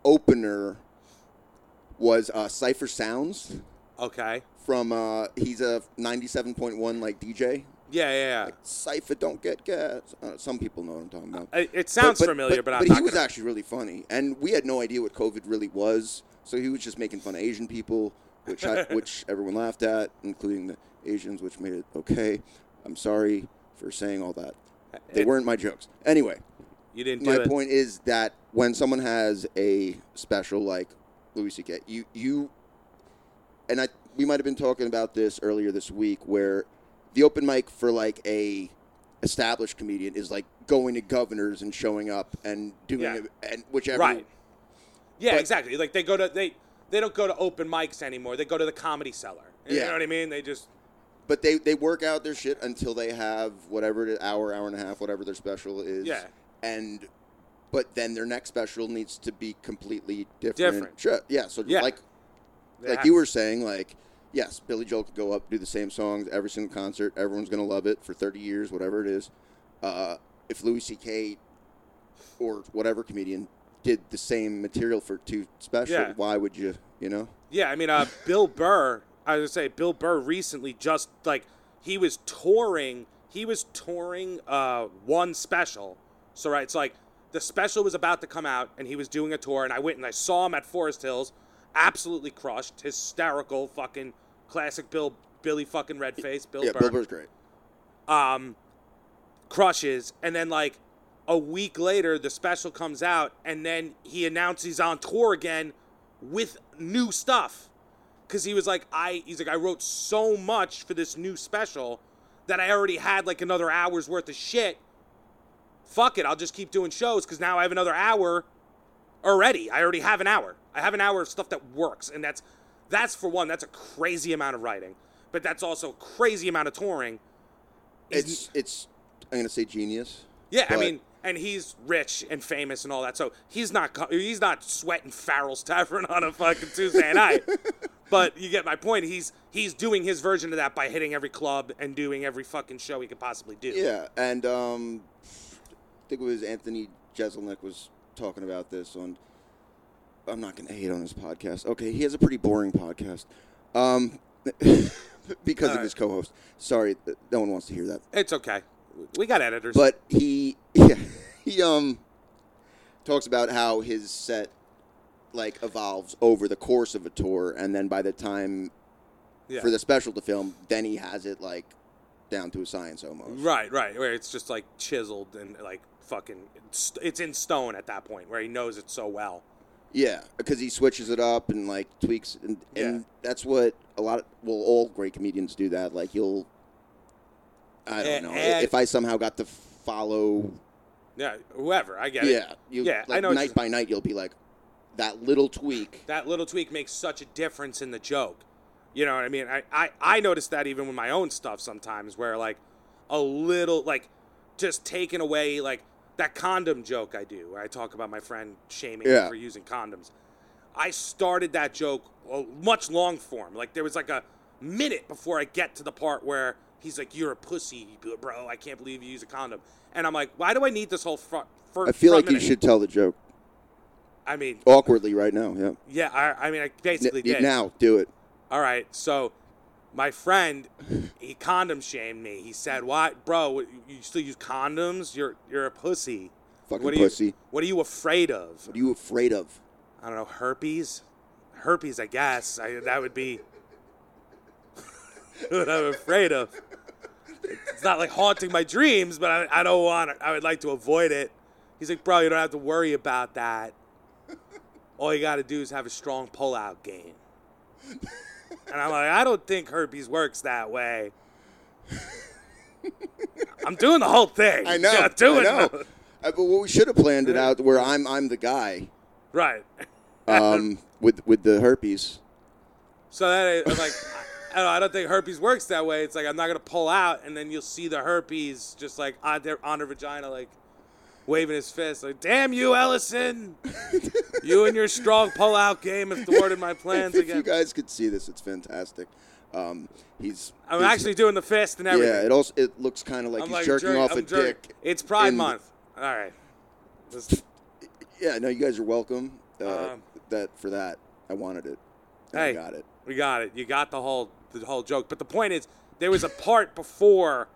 C: opener was uh, Cipher Sounds
B: okay.
C: from uh, he's a 97.1 like DJ
B: Yeah, yeah, yeah.
C: Cypher don't get gas. Uh, some people know what I'm talking about.
B: I- it sounds familiar, but, I'm
C: he
B: not
C: was
B: gonna-
C: actually really funny, and we had no idea what COVID really was. So he was just making fun of Asian people,
B: *laughs*
C: which I, which everyone laughed at, including the Asians, which made it okay. I'm sorry for saying all that. They
B: It-
C: weren't my jokes. Anyway,
B: you didn't do
C: my
B: it.
C: point is that when someone has a special like Louis C.K., you you, and I we might have been talking about this earlier this week, where the open mic for like a established comedian is like going to governors and showing up and doing
B: Yeah.
C: it, and whichever
B: Right. Yeah,
C: but-
B: exactly. Like they go to they they don't go to open mics anymore. They go to the comedy cellar. You
C: Yeah.
B: know what I mean? They just
C: But they, they work out their shit until they have whatever it is, hour, hour and a half, whatever their special is.
B: Yeah.
C: And but then their next special needs to be completely different.
B: Different.
C: shit. Yeah. So
B: Yeah.
C: like
B: they
C: like
B: have-
C: you were saying, like yes, Billy Joel could go up, do the same songs every single concert. Everyone's gonna love it for thirty years, whatever it is. Uh, if Louis C.K. or whatever comedian did the same material for two specials,
B: Yeah.
C: why would you? You know?
B: Yeah, I mean, uh, Bill Burr. I was gonna say Bill Burr recently just like he was touring. He was touring uh, one special. So right, it's like the special was about to come out, and he was doing a tour, and I went and I saw him at Forest Hills. Absolutely crushed, hysterical, fucking classic Bill Billy fucking red face Bill
C: yeah,
B: Burr.
C: Bill Burr's great.
B: um, crushes, and then like a week later, the special comes out, and then he announces he's on tour again with new stuff. Cause he was like, I he's like, I wrote so much for this new special that I already had like another hour's worth of shit. Fuck it, I'll just keep doing shows because now I have another hour already. I already have an hour. I have an hour of stuff that works, and that's that's for one, that's a crazy amount of writing. But that's also a crazy amount of touring. He's-
C: It's it's I'm gonna say genius.
B: Yeah, I
C: but-
B: mean, and he's rich and famous and all that, so he's not co- he's not sweating Farrell's Tavern on a fucking Tuesday
C: *laughs*
B: night. But you get my point. He's he's doing his version of that by hitting every club and doing every fucking show he could possibly do.
C: Yeah, and um, I think it was Anthony Jeselnik was talking about this on. I'm not going to hate on his podcast. Okay, he has a pretty boring podcast, um, *laughs* because of
B: Alright.
C: his co-host. Sorry, th- no one wants to hear that.
B: It's okay. We got editors.
C: But he, *laughs* yeah, he um, talks about how his set like evolves over the course of a tour, and then by the time
B: yeah.
C: for the special to film, then he has it like down to a science almost.
B: right, right, where it's just like chiseled and like fucking it's, it's in stone at that point where he knows it so well.
C: Yeah, because he switches it up and like tweaks, and,
B: Yeah.
C: and that's what a lot of well, all great comedians do that. Like you'll, I
B: A-
C: don't know,
B: add-
C: if I somehow got to follow,
B: Yeah, whoever, I get it.
C: yeah, you,
B: Yeah, I
C: like,
B: know what
C: night
B: you're-
C: by night, you'll be like, that little tweak.
B: that little tweak makes such a difference in the joke. You know what I mean? I, I, I noticed that even with my own stuff sometimes where like a little like just taking away like that condom joke I do where I talk about my friend shaming me
C: Yeah.
B: for using condoms. I started that joke uh, much long form. Like there was like a minute before I get to the part where he's like, "You're a pussy, bro. I can't believe you use a condom." And I'm like, "Why do I need this whole front?"
C: I feel like you should tell the joke
B: I mean,
C: awkwardly right now. Yeah,
B: yeah. I, I mean, I
C: N-
B: basically
C: y-
B: did.
C: now do it.
B: All right, so my friend, he condom shamed me. He said, "Why, bro? what- You still use condoms? You're you're a pussy.
C: Fucking
B: what are You,
C: pussy.
B: what are you afraid of?
C: What are you afraid of?
B: I don't know. Herpes, herpes. I *laughs* guess I, that would be what I'm afraid of. it's not like haunting my dreams, but I, I don't want it. I would like to avoid it. He's like, bro, you don't have to worry about that. All you got to do is have a strong pullout game. And I'm like, I don't think herpes works that way. I'm doing the whole thing.
C: I
B: *laughs* *laughs*
C: know.
B: Yeah, doing
C: I know.
B: the-
C: Uh, but what we should have planned it out where I'm I'm the guy
B: Right.
C: um, with with the herpes.
B: So that I- I'm like, I- I don't, know, I don't think herpes works that way. It's like I'm not gonna pull out, and then you'll see the herpes just like on their on her vagina, like waving his fist, like "Damn you, Ellison! you and your strong pull out game have thwarted my plans
C: if you
B: again."
C: guys could see this, it's fantastic. Um, he's.
B: I'm
C: he's-
B: actually doing the fist and everything.
C: Yeah, it also it looks kind of like
B: I'm
C: he's
B: like
C: jerking
B: jerk-
C: off
B: I'm
C: a
B: jerk-
C: dick.
B: It's Pride
C: in-
B: Month. All right. Let's-
C: Yeah, no, you guys are welcome. Uh,
B: Um,
C: that for that, I wanted it. and I
B: Hey.
C: got it.
B: We got it. You got the whole the whole joke. But the point is, there was a part before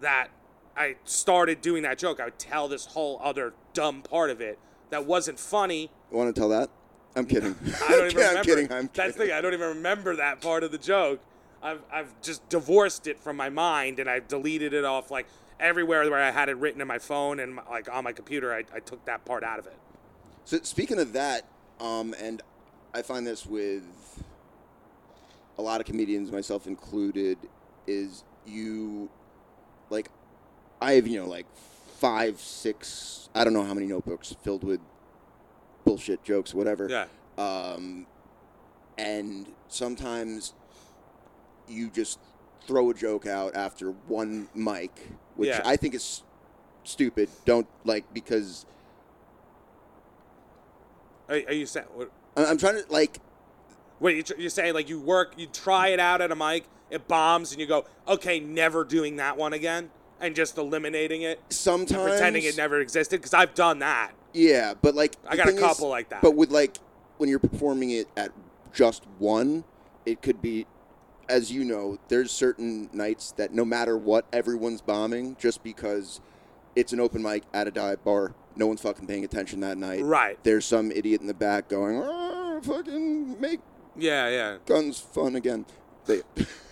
B: that I started doing that joke. I would tell this whole other dumb part of it that wasn't funny.
C: Want to tell that? I'm kidding.
B: *laughs* I don't even remember.
C: *laughs* I'm kidding. I'm
B: That's the
C: kidding.
B: thing. I don't even remember that part of the joke. I've I've just divorced it from my mind and I've deleted it off like everywhere where I had it written in my phone and my, like on my computer. I, I took that part out of it.
C: So speaking of that, um, and I find this with a lot of comedians, myself included, is you like I have you know like five, six, I don't know how many notebooks filled with bullshit jokes, whatever.
B: Yeah.
C: Um, and sometimes you just throw a joke out after one mic, which
B: Yeah.
C: I think is stupid. Don't like because
B: Are, are you saying? what-
C: I- I'm trying to like
B: Wait, you're, tr- you're saying like you work, you try it out at a mic, it bombs, and you go, okay, never doing that one again, and just eliminating it, and
C: sometimes
B: pretending it never existed? Because I've done that.
C: Yeah, but like
B: I
C: the
B: got a
C: thing is-
B: couple like that.
C: But with like when you're performing it at just one, it could be, as you know, there's certain nights that no matter what, everyone's bombing just because it's an open mic at a dive bar. No one's fucking paying attention that night.
B: Right.
C: There's some idiot in the back going, "Ah, "Fucking make
B: Yeah, yeah.
C: guns fun again." They,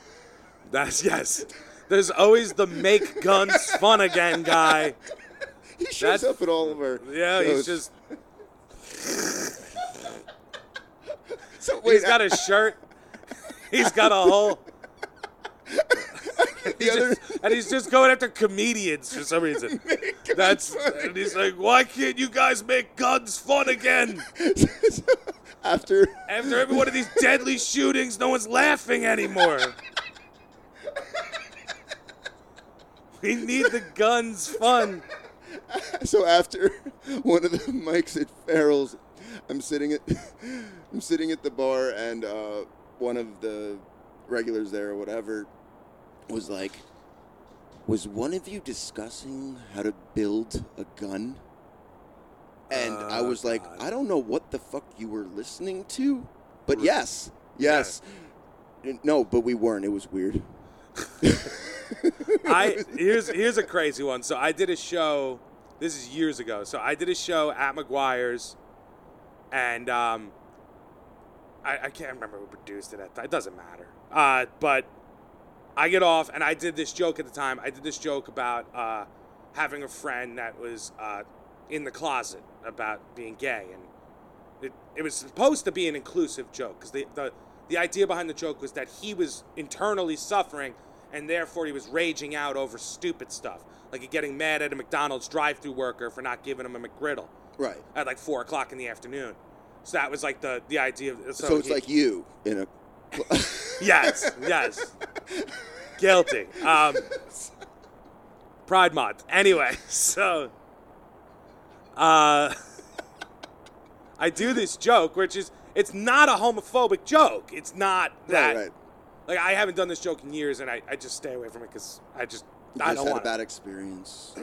C: *laughs*
B: That's *laughs* yes. There's always the make guns fun again guy.
C: he shows
B: That's-
C: up at all of our.
B: Yeah, he's
C: shows.
B: just
C: So, *laughs* wait,
B: he's got a shirt. *laughs* He's got a whole
C: the other.
B: and he's just going after comedians for some
C: *laughs*
B: reason. That's and he's like, why can't you guys make guns fun again?
C: *laughs* after
B: After every one of these deadly shootings, no one's laughing anymore. We need the guns fun.
C: So after *laughs* one of the mics at Farrell's, I'm sitting at *laughs* I'm sitting at the bar, and uh, one of the regulars there or whatever was like, "Was one of you discussing how to build a gun?" And I
B: Oh,
C: was like,
B: God.
C: "I don't know what the fuck you were listening to, but yes, yes." No, but we weren't. It was weird.
B: I here's here's a crazy one. So I did a show. This is years ago. So I did a show at McGuire's, and um, I, I can't remember who produced it. At it doesn't matter. Uh, but I get off, and I did this joke at the time. I did this joke about uh, having a friend that was uh, in the closet about being gay, and it, it was supposed to be an inclusive joke because the, the the idea behind the joke was that he was internally suffering and therefore he was raging out over stupid stuff like getting mad at a McDonald's drive-through worker for not giving him a McGriddle
C: Right.
B: at like four o'clock in the afternoon. So that was like the the idea. Of,
C: So,
B: so,
C: it's
B: he-
C: like you in a.
B: yes, yes, guilty. Um, Pride Month. Anyway, *laughs* so uh, I do this joke, which is it's not a homophobic joke. It's not that.
C: Right, right.
B: Like I haven't done this joke in years, and I, I just stay away from it because I just
C: You
B: I
C: just
B: don't
C: had a
B: want. it.
C: bad experience.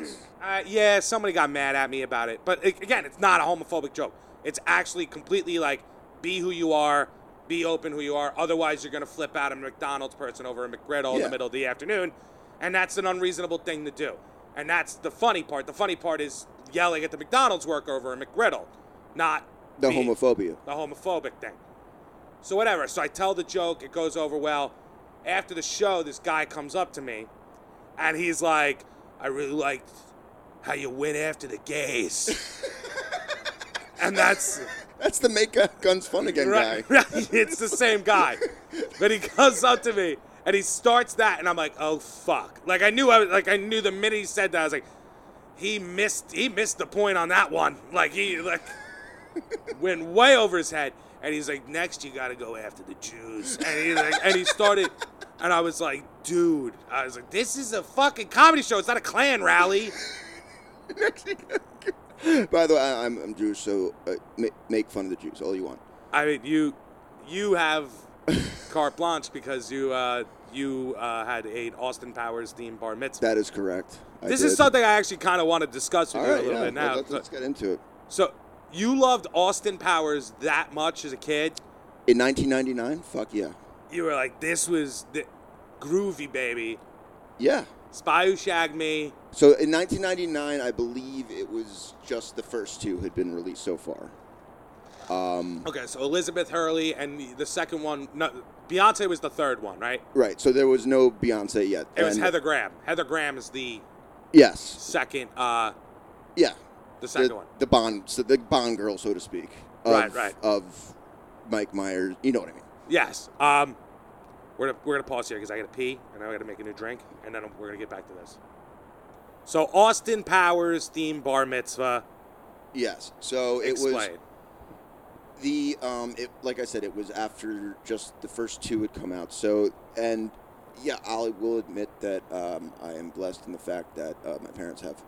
B: Uh, yeah, somebody got mad at me about it. But a- again, it's not a homophobic joke. It's actually completely like be who you are, be open who you are. Otherwise, you're going to flip out a McDonald's person over a McGriddle in
C: Yeah.
B: the middle of the afternoon. And that's an unreasonable thing to do. And that's the funny part. The funny part is yelling at the McDonald's worker over a McGriddle, not
C: the
B: be-
C: homophobia.
B: the homophobic thing. So whatever. So I tell the joke. It goes over well. After the show, this guy comes up to me, and he's like, I really liked how you went after the gays. and that's
C: That's the make uh, guns fun again
B: right,
C: guy.
B: *laughs* right. It's the same guy. but he comes up to me and he starts that, and I'm like, oh fuck. Like I knew I was, like I knew the minute he said that, I was like, he missed he missed the point on that one. Like he like went way over his head. And he's like, next you gotta go after the Jews. And he like, and he started, and I was like, dude, I was like, this is a fucking comedy show. It's not a Klan rally.
C: *laughs* By the way, I, I'm, I'm Jewish, so uh, ma- make fun of the Jews all you want.
B: I mean, you you
C: *laughs*
B: have carte blanche because you uh, you uh, had a Austin Powers themed bar mitzvah.
C: That is correct. I
B: this
C: did.
B: is something I actually kind of want to discuss with
C: All
B: you
C: right,
B: a little
C: yeah,
B: bit now.
C: Let's, let's get into it.
B: so, you loved Austin Powers that much as a kid?
C: In 1999, fuck yeah,
B: You were like, this was the groovy, baby.
C: yeah.
B: Spy Who Shagged Me.
C: So in 1999, I believe it was just the first two had been released so far. Um,
B: Okay, so Elizabeth Hurley and the- the second one. No, Beyonce was the third one, right?
C: right. So there was no Beyonce yet.
B: It was
C: and-
B: Heather Graham. Heather Graham is the
C: Yes.
B: second, uh,
C: Yeah.
B: the second
C: The,
B: one.
C: the Bond, so the Bond girl, so to speak. Of,
B: Right, right.
C: Of Mike Myers. You know what I mean.
B: Yes. Um, we're gonna, we're gonna pause here because I gotta pee and I gotta make a new drink and then we're gonna get back to this. So Austin Powers theme bar mitzvah.
C: Yes. So it was
B: Explain.
C: the um it like i said it was after just the first two had come out so and yeah i will admit that um, i am blessed in the fact that uh, my parents have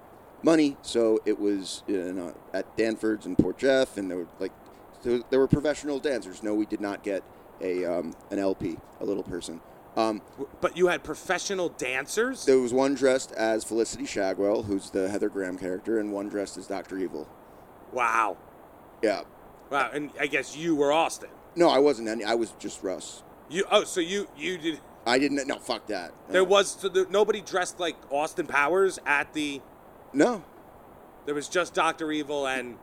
C: money so it was you know, at danford's and port jeff and there were like so there were professional dancers no we did not get a um, an lp a little person um,
B: but you had professional dancers.
C: there was one dressed as felicity shagwell who's the heather graham character and one dressed as dr evil
B: wow.
C: yeah
B: Wow. And I guess you were Austin.
C: no i wasn't any i was just russ
B: You. Oh, so you you did.
C: i didn't no fuck that
B: There
C: Uh,
B: was so there, nobody dressed like Austin Powers at the.
C: no
B: There was just Doctor Evil and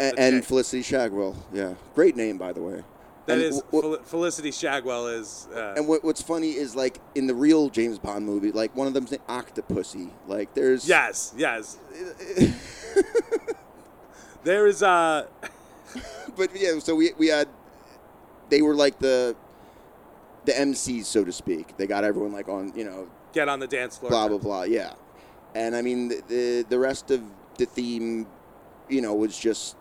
C: and,
B: The
C: and
B: chick.
C: Felicity Shagwell. Yeah, great name by the way.
B: that
C: and
B: is
C: wh- wh-
B: Fel- Felicity Shagwell is. Uh,
C: and what, what's funny is like in the real James Bond movie, like one of them's an octopussy. Like there's
B: yes. Yes. there is uh
C: *laughs* but yeah. So we we had they were like the the MCs so to speak. They got everyone like on you know
B: get on the dance floor.
C: blah blah blah. Yeah, and I mean the the, the rest of the theme, you know, was just.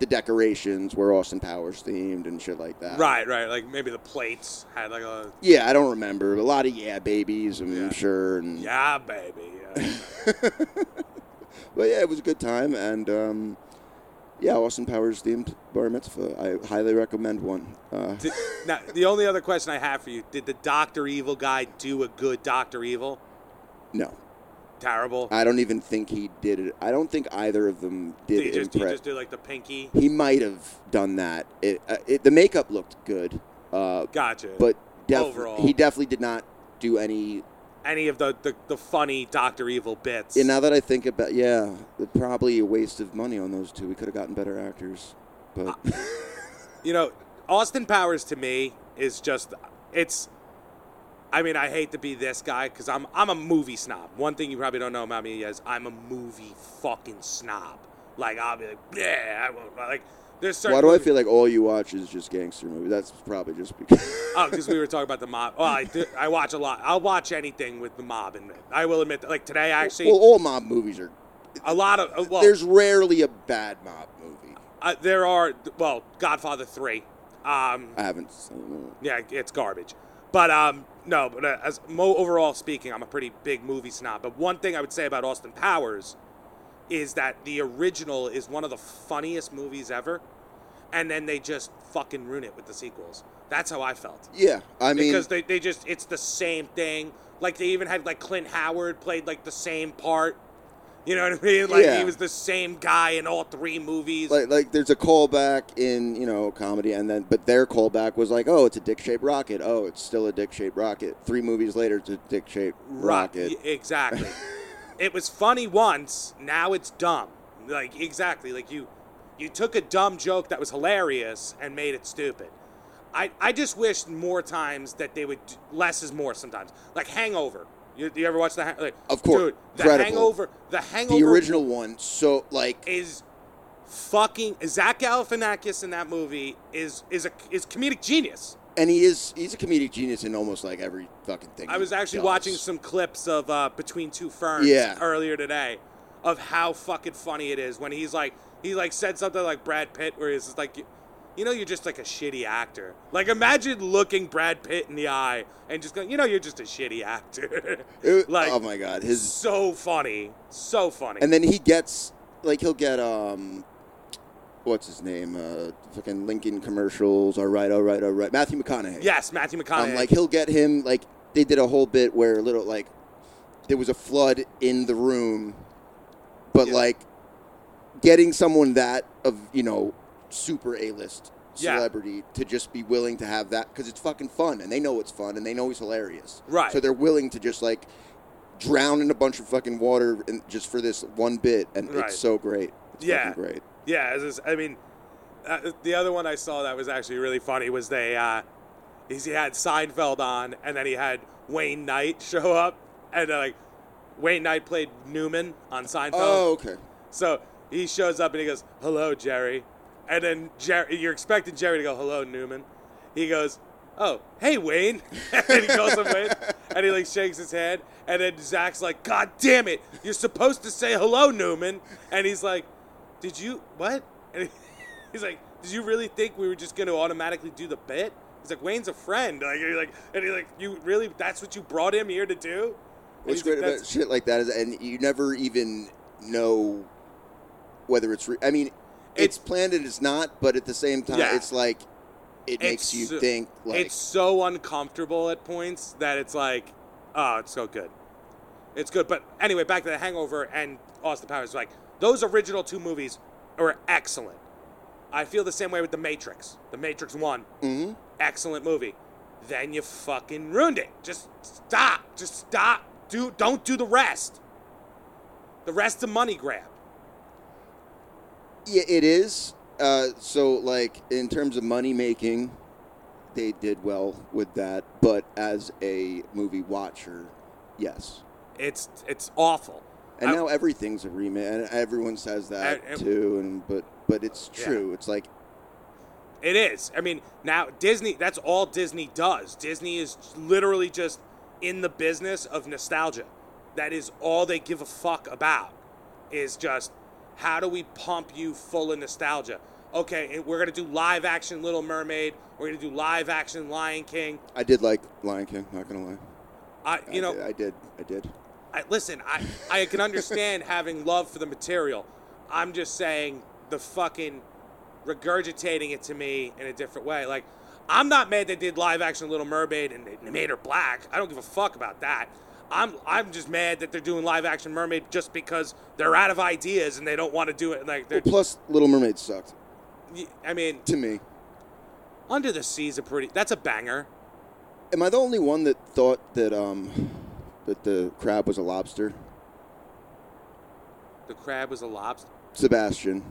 C: The decorations were Austin Powers themed and shit like that.
B: Right, right. Like maybe the plates had like a
C: Yeah, I don't remember. A lot of yeah babies, I'm
B: Yeah.
C: sure. And
B: yeah, baby.
C: *laughs*
B: yeah."
C: But yeah, it was a good time, and um, yeah, Austin Powers themed bar mitzvah. I highly recommend one. Uh,
B: Did- now, the only other question I have for you: Did the Doctor Evil guy do a good Doctor Evil?
C: no,
B: Terrible.
C: I don't even think he did it. I don't think either of them
B: did he
C: did
B: just,
C: it.
B: he
C: He,
B: just do like the pinky?
C: he might have done that. It, uh, it the makeup looked good, uh,
B: Gotcha.
C: but def-
B: Overall.
C: he definitely did not do any.
B: any of the the, the funny Doctor Evil bits?
C: And now that I think about, yeah, it- probably a waste of money on those two. We could have gotten better actors, but
B: you know, Austin Powers to me is just it's. I mean, I hate to be this guy because I'm I'm a movie snob. One thing you probably don't know about me is I'm a movie fucking snob. Like I'll be like, yeah, I won't, like there's certain.
C: why do I
B: movies-
C: feel like all you watch is just gangster movies? That's probably just because.
B: Oh, because we were talking about the mob. Well, I, do, I watch a lot. I'll watch anything with the mob, and I will admit, that, like today, *laughs* actually,
C: Well, all mob movies are.
B: a lot of uh, well,
C: There's rarely a bad mob movie.
B: uh, there are well, Godfather three. Um,
C: I haven't seen it.
B: yeah, it's garbage. But um, no, but uh, as mo overall speaking, I'm a pretty big movie snob. But one thing I would say about Austin Powers is that the original is one of the funniest movies ever, and then they just fucking ruin it with the sequels. That's how I felt.
C: Yeah, I mean,
B: because they, they just it's the same thing. Like they even had like Clint Howard played like the same part. You know what I mean? Like
C: Yeah.
B: he was the same guy in all three movies.
C: like, like there's a callback in you know comedy, and then but their callback was like, oh, it's a dick-shaped rocket. Oh, it's still a dick-shaped rocket. Three movies later, it's a dick-shaped
B: Rock-
C: rocket. *laughs*
B: y- Exactly. it was funny once, now it's dumb. Like exactly. Like you you took a dumb joke that was hilarious and made it stupid. I, I just wish more times that they would do, less is more sometimes. Like Hangover. You, you ever watch the? Ha- Like,
C: Of course.
B: dude, the
C: Incredible.
B: Hangover. The Hangover.
C: The original one, so like
B: is fucking Zach Galifianakis in that movie is is a is comedic genius.
C: and he is he's a comedic genius in almost like every fucking thing.
B: I
C: he
B: was actually
C: does.
B: watching some clips of uh, Between Two Ferns
C: Yeah.
B: earlier today of how fucking funny it is when he's like he like said something like Brad Pitt where he's just like you, you know you're just like a shitty actor. Like imagine looking Brad Pitt in the eye and just going, you know you're just a shitty actor.
C: It-
B: like
C: oh my god, his
B: *laughs* so funny. So funny.
C: And then he gets like he'll get um what's his name? Uh fucking Lincoln commercials, all right, all right, all right. Matthew McConaughey.
B: yes, Matthew McConaughey.
C: Um, like he'll get him like they did a whole bit where a little like there was a flood in the room but
B: Yeah.
C: like getting someone that of you know super A-list
B: Yeah.
C: celebrity to just be willing to have that cuz it's fucking fun and they know it's fun and they know he's hilarious.
B: Right.
C: So they're willing to just like drown in a bunch of fucking water and just for this one bit and
B: Right.
C: it's so great. It's
B: Yeah.
C: fucking great.
B: Yeah, it's just- I mean, uh, the other one I saw that was actually really funny was they, uh, is he had Seinfeld on, and then he had Wayne Knight *laughs* show up, and uh, like Wayne Knight played Newman on Seinfeld.
C: Oh, okay.
B: So he shows up and he goes, "Hello, Jerry," and then Jerry, you're expecting Jerry to go, "Hello, Newman." He goes, "Oh, hey, Wayne," *laughs* and he goes to Wayne, and he like shakes his hand, and then Zach's like, "God damn it, you're supposed to say hello, Newman," and he's like, "Did you what?" And *laughs* he- he's like, "Did you really think we were just going to automatically do the bit?" He's like, "Wayne's a friend," like, and he like, and he like, "You really? That's what you brought him here to do?" And
C: What's
B: he's like,
C: great
B: "That's-
C: about shit like that is, and you never even know whether it's. Re- I mean, it's planned and it's not, but at the same time,
B: Yeah.
C: it's like it makes
B: It's
C: you
B: so-
C: think. Like,
B: it's so uncomfortable at points that it's like, oh, it's so good. It's good. But anyway, back to The Hangover and Austin Powers. Like, those original two movies are excellent. I feel the same way with The Matrix. The Matrix 1,
C: Mhm.
B: excellent movie. Then you fucking ruined it. Just stop. Just stop. Do, don't do the rest. The rest of money grab.
C: yeah, it is. Uh, so, like in terms of money making, they did well with that. But as a movie watcher, yes.
B: It's it's awful.
C: And
B: I-
C: now everything's a remake, and everyone says that
B: I- I-
C: too. And but but it's
B: Yeah.
C: true. It's like
B: It is. I mean, now Disney, that's all Disney does. Disney is literally just in the business of nostalgia. That is all they give a fuck about is just how do we pump you full of nostalgia? Okay, and we're going to do live action Little Mermaid. We're going to do live action Lion King.
C: I did like Lion King. Not gonna lie.
B: I,
C: I
B: you know,
C: did- I did. I did.
B: I, listen, I, I can understand having love for the material. I'm just saying the fucking regurgitating it to me in a different way. Like, I'm not mad they did live action Little Mermaid and they made her black. I don't give a fuck about that. I'm I'm just mad that they're doing live action Mermaid just because they're out of ideas and they don't want to do it. Like, they're,
C: Plus, Little Mermaid sucked
B: I mean,
C: to me.
B: Under the Sea's a pretty. That's a banger.
C: Am I the only one that thought that um that the crab was a lobster?
B: The crab was a lobster.
C: Sebastian,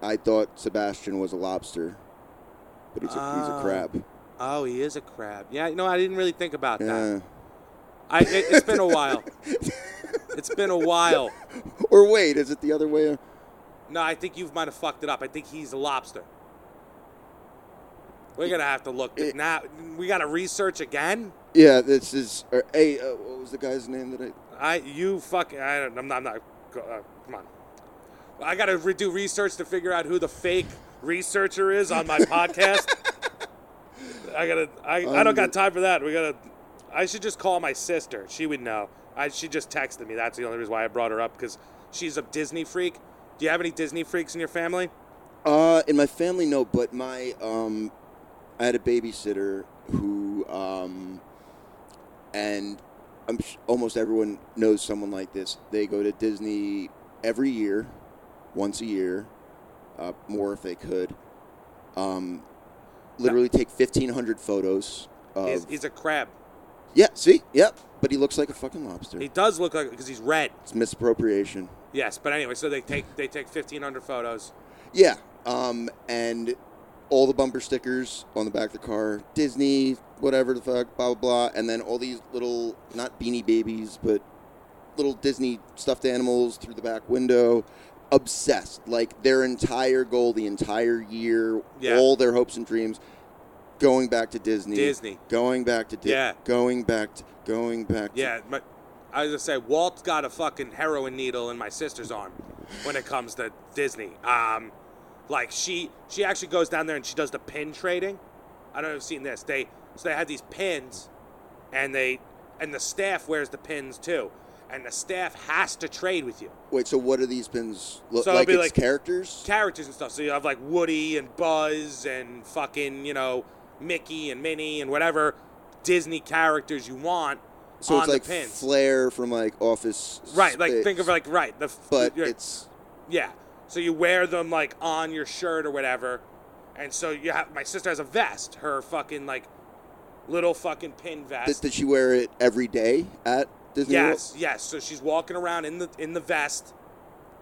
C: I thought Sebastian was a lobster, but he's a, he's a
B: Ah.
C: crab.
B: Oh, he is a crab. Yeah, no, I didn't really think about that.
C: Yeah.
B: I, it, it's been a while. It's been a while.
C: Or wait, is it the other way?
B: No, I think you might have fucked it up. I think he's a lobster. We're gonna have to look
C: It-
B: now. We gotta research again.
C: Yeah, this is. Or, hey, uh, what was the guy's name that I?
B: I you fucking I don't, I'm not, I'm not go- uh, come on. I gotta re- do research to figure out who the fake researcher is on my podcast. I gotta I, I don't got time for that. We gotta I should just call my sister. She would know. I she just texted me. That's the only reason why I brought her up because she's a Disney freak. Do you have any Disney freaks in your family?
C: Uh, in my family, no, but my um, I had a babysitter who um, and I'm sh- almost everyone knows someone like this. They go to Disney every year, once a year, uh, more if they could. Um, literally take fifteen hundred photos. Of,
B: He's, he's a crab.
C: yeah, see, yep. But he looks like a fucking lobster.
B: He does look like because he's red.
C: it's misappropriation.
B: Yes, but anyway, so they take they take fifteen hundred photos.
C: Yeah. Um, and all the bumper stickers on the back of the car, Disney, whatever the fuck, blah blah blah, and then all these little not beanie babies, but little Disney stuffed animals through the back window. Obsessed, like their entire goal, the entire year,
B: Yeah.
C: all their hopes and dreams, going back to Disney,
B: Disney.
C: going back to Disney,
B: Yeah.
C: going back, to, going back. To,
B: Yeah, my, I was gonna say Walt's got a fucking heroin needle in my sister's arm when it comes to Disney. Um, like she she actually goes down there and she does the pin trading. I don't know if you've seen this. They so they had these pins, and they and the staff wears the pins too, and the staff has to trade with you
C: Wait, so what do these pins look
B: So it'll
C: like?
B: be
C: It's
B: like-
C: characters.
B: characters and stuff. So you have like Woody and Buzz and fucking you know Mickey and Minnie and whatever Disney characters you want.
C: so
B: on
C: it's
B: the
C: like
B: pins.
C: Flair from like Office.
B: Right, like
C: Space,
B: think of like right the f-
C: But
B: your-
C: it's
B: yeah. So you wear them like on your shirt or whatever, and so you have my sister has a vest, her fucking like little fucking pin
C: did,
B: vest.
C: did she wear it every day at Disney? World?
B: yes, yes. So she's walking around in the in the vest.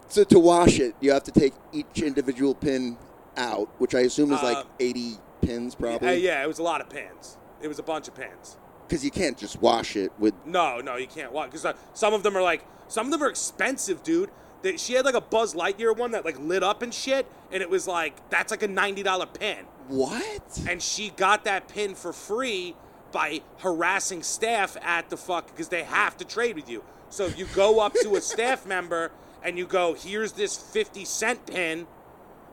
C: So to wash it, you have to take each individual pin out, which I assume is like
B: Uh,
C: eighty pins
B: Uh,
C: probably.
B: yeah, it was a lot of pins. It was a bunch of pins.
C: Because you can't just wash it with.
B: No, no, you can't walk because uh, some of them are like some of them are expensive, dude. They, she had like a Buzz Lightyear one that like lit up and shit, and it was like that's like a ninety dollar pin.
C: What?
B: and she got that pin for free by harassing staff at the fuck because they have to trade with you. So you go up
C: *laughs*
B: to a staff member and you go, "Here's this fifty cent pin.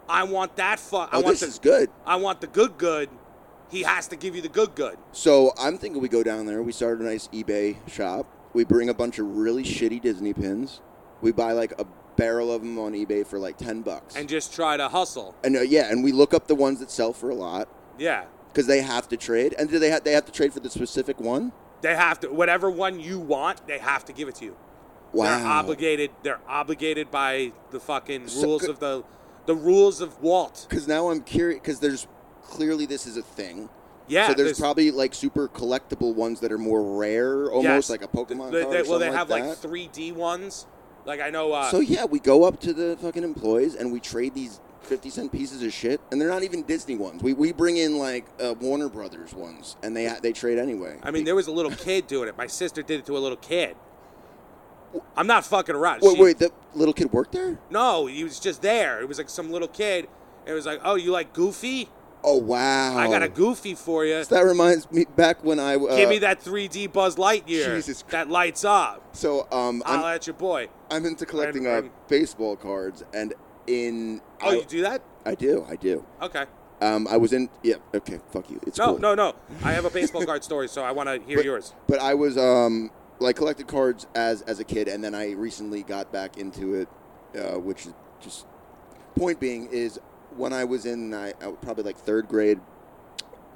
B: I want that fuck. I
C: Oh,
B: want
C: this
B: the.
C: is good.
B: I want the good good. He has to give you the good good.
C: So I'm thinking we go down there. We start a nice eBay shop. We bring a bunch of really shitty Disney pins. We buy like a barrel of them on eBay for like ten bucks.
B: And just try to hustle.
C: and uh, yeah, and we look up the ones that sell for a lot
B: Yeah,
C: because they have to trade. And do they have they have to trade for the specific one?
B: they have to. Whatever one you want, they have to give it to you. They're
C: Wow.
B: obligated. They're obligated by the fucking
C: So
B: rules
C: good-
B: of the, the rules of Walt.
C: Because now I'm curious. Because there's clearly this is a thing.
B: Yeah.
C: so there's,
B: this-
C: probably like super collectible ones that are more rare,
B: Yes.
C: almost like a Pokemon.
B: They,
C: card
B: they-
C: or
B: well, they
C: something
B: have like
C: that.
B: 3D ones. Like I know. Uh,
C: so yeah, we go up to the fucking employees and we trade these fifty cent pieces of shit, and they're not even Disney ones. We, we bring in like uh, Warner Brothers ones, and they they trade anyway.
B: I mean, there was a little kid doing it. My sister did it to a little kid. I'm not fucking around.
C: wait
B: She-
C: wait, the little kid worked there?
B: No, he was just there. It was like some little kid. It was like, oh, you like Goofy?
C: Oh wow!
B: I got a Goofy for you.
C: That reminds me back when I uh,
B: Give me that 3D Buzz Lightyear
C: Jesus Christ.
B: that lights up.
C: So um,
B: I'll
C: I'm,
B: at your boy.
C: I'm into collecting
B: I'm-
C: uh,
B: I'm-
C: baseball cards, and in
B: Oh,
C: I,
B: you do that?
C: I do I do.
B: Okay.
C: Um, I was in. Yeah. Okay. Fuck you. It's
B: No,
C: cool. Oh.
B: no, no. I have a baseball card story, so I want to hear
C: But-
B: yours.
C: But I was um like collected cards as as a kid, and then I recently got back into it, uh, which is just point being is when I was in I, I was probably like third grade.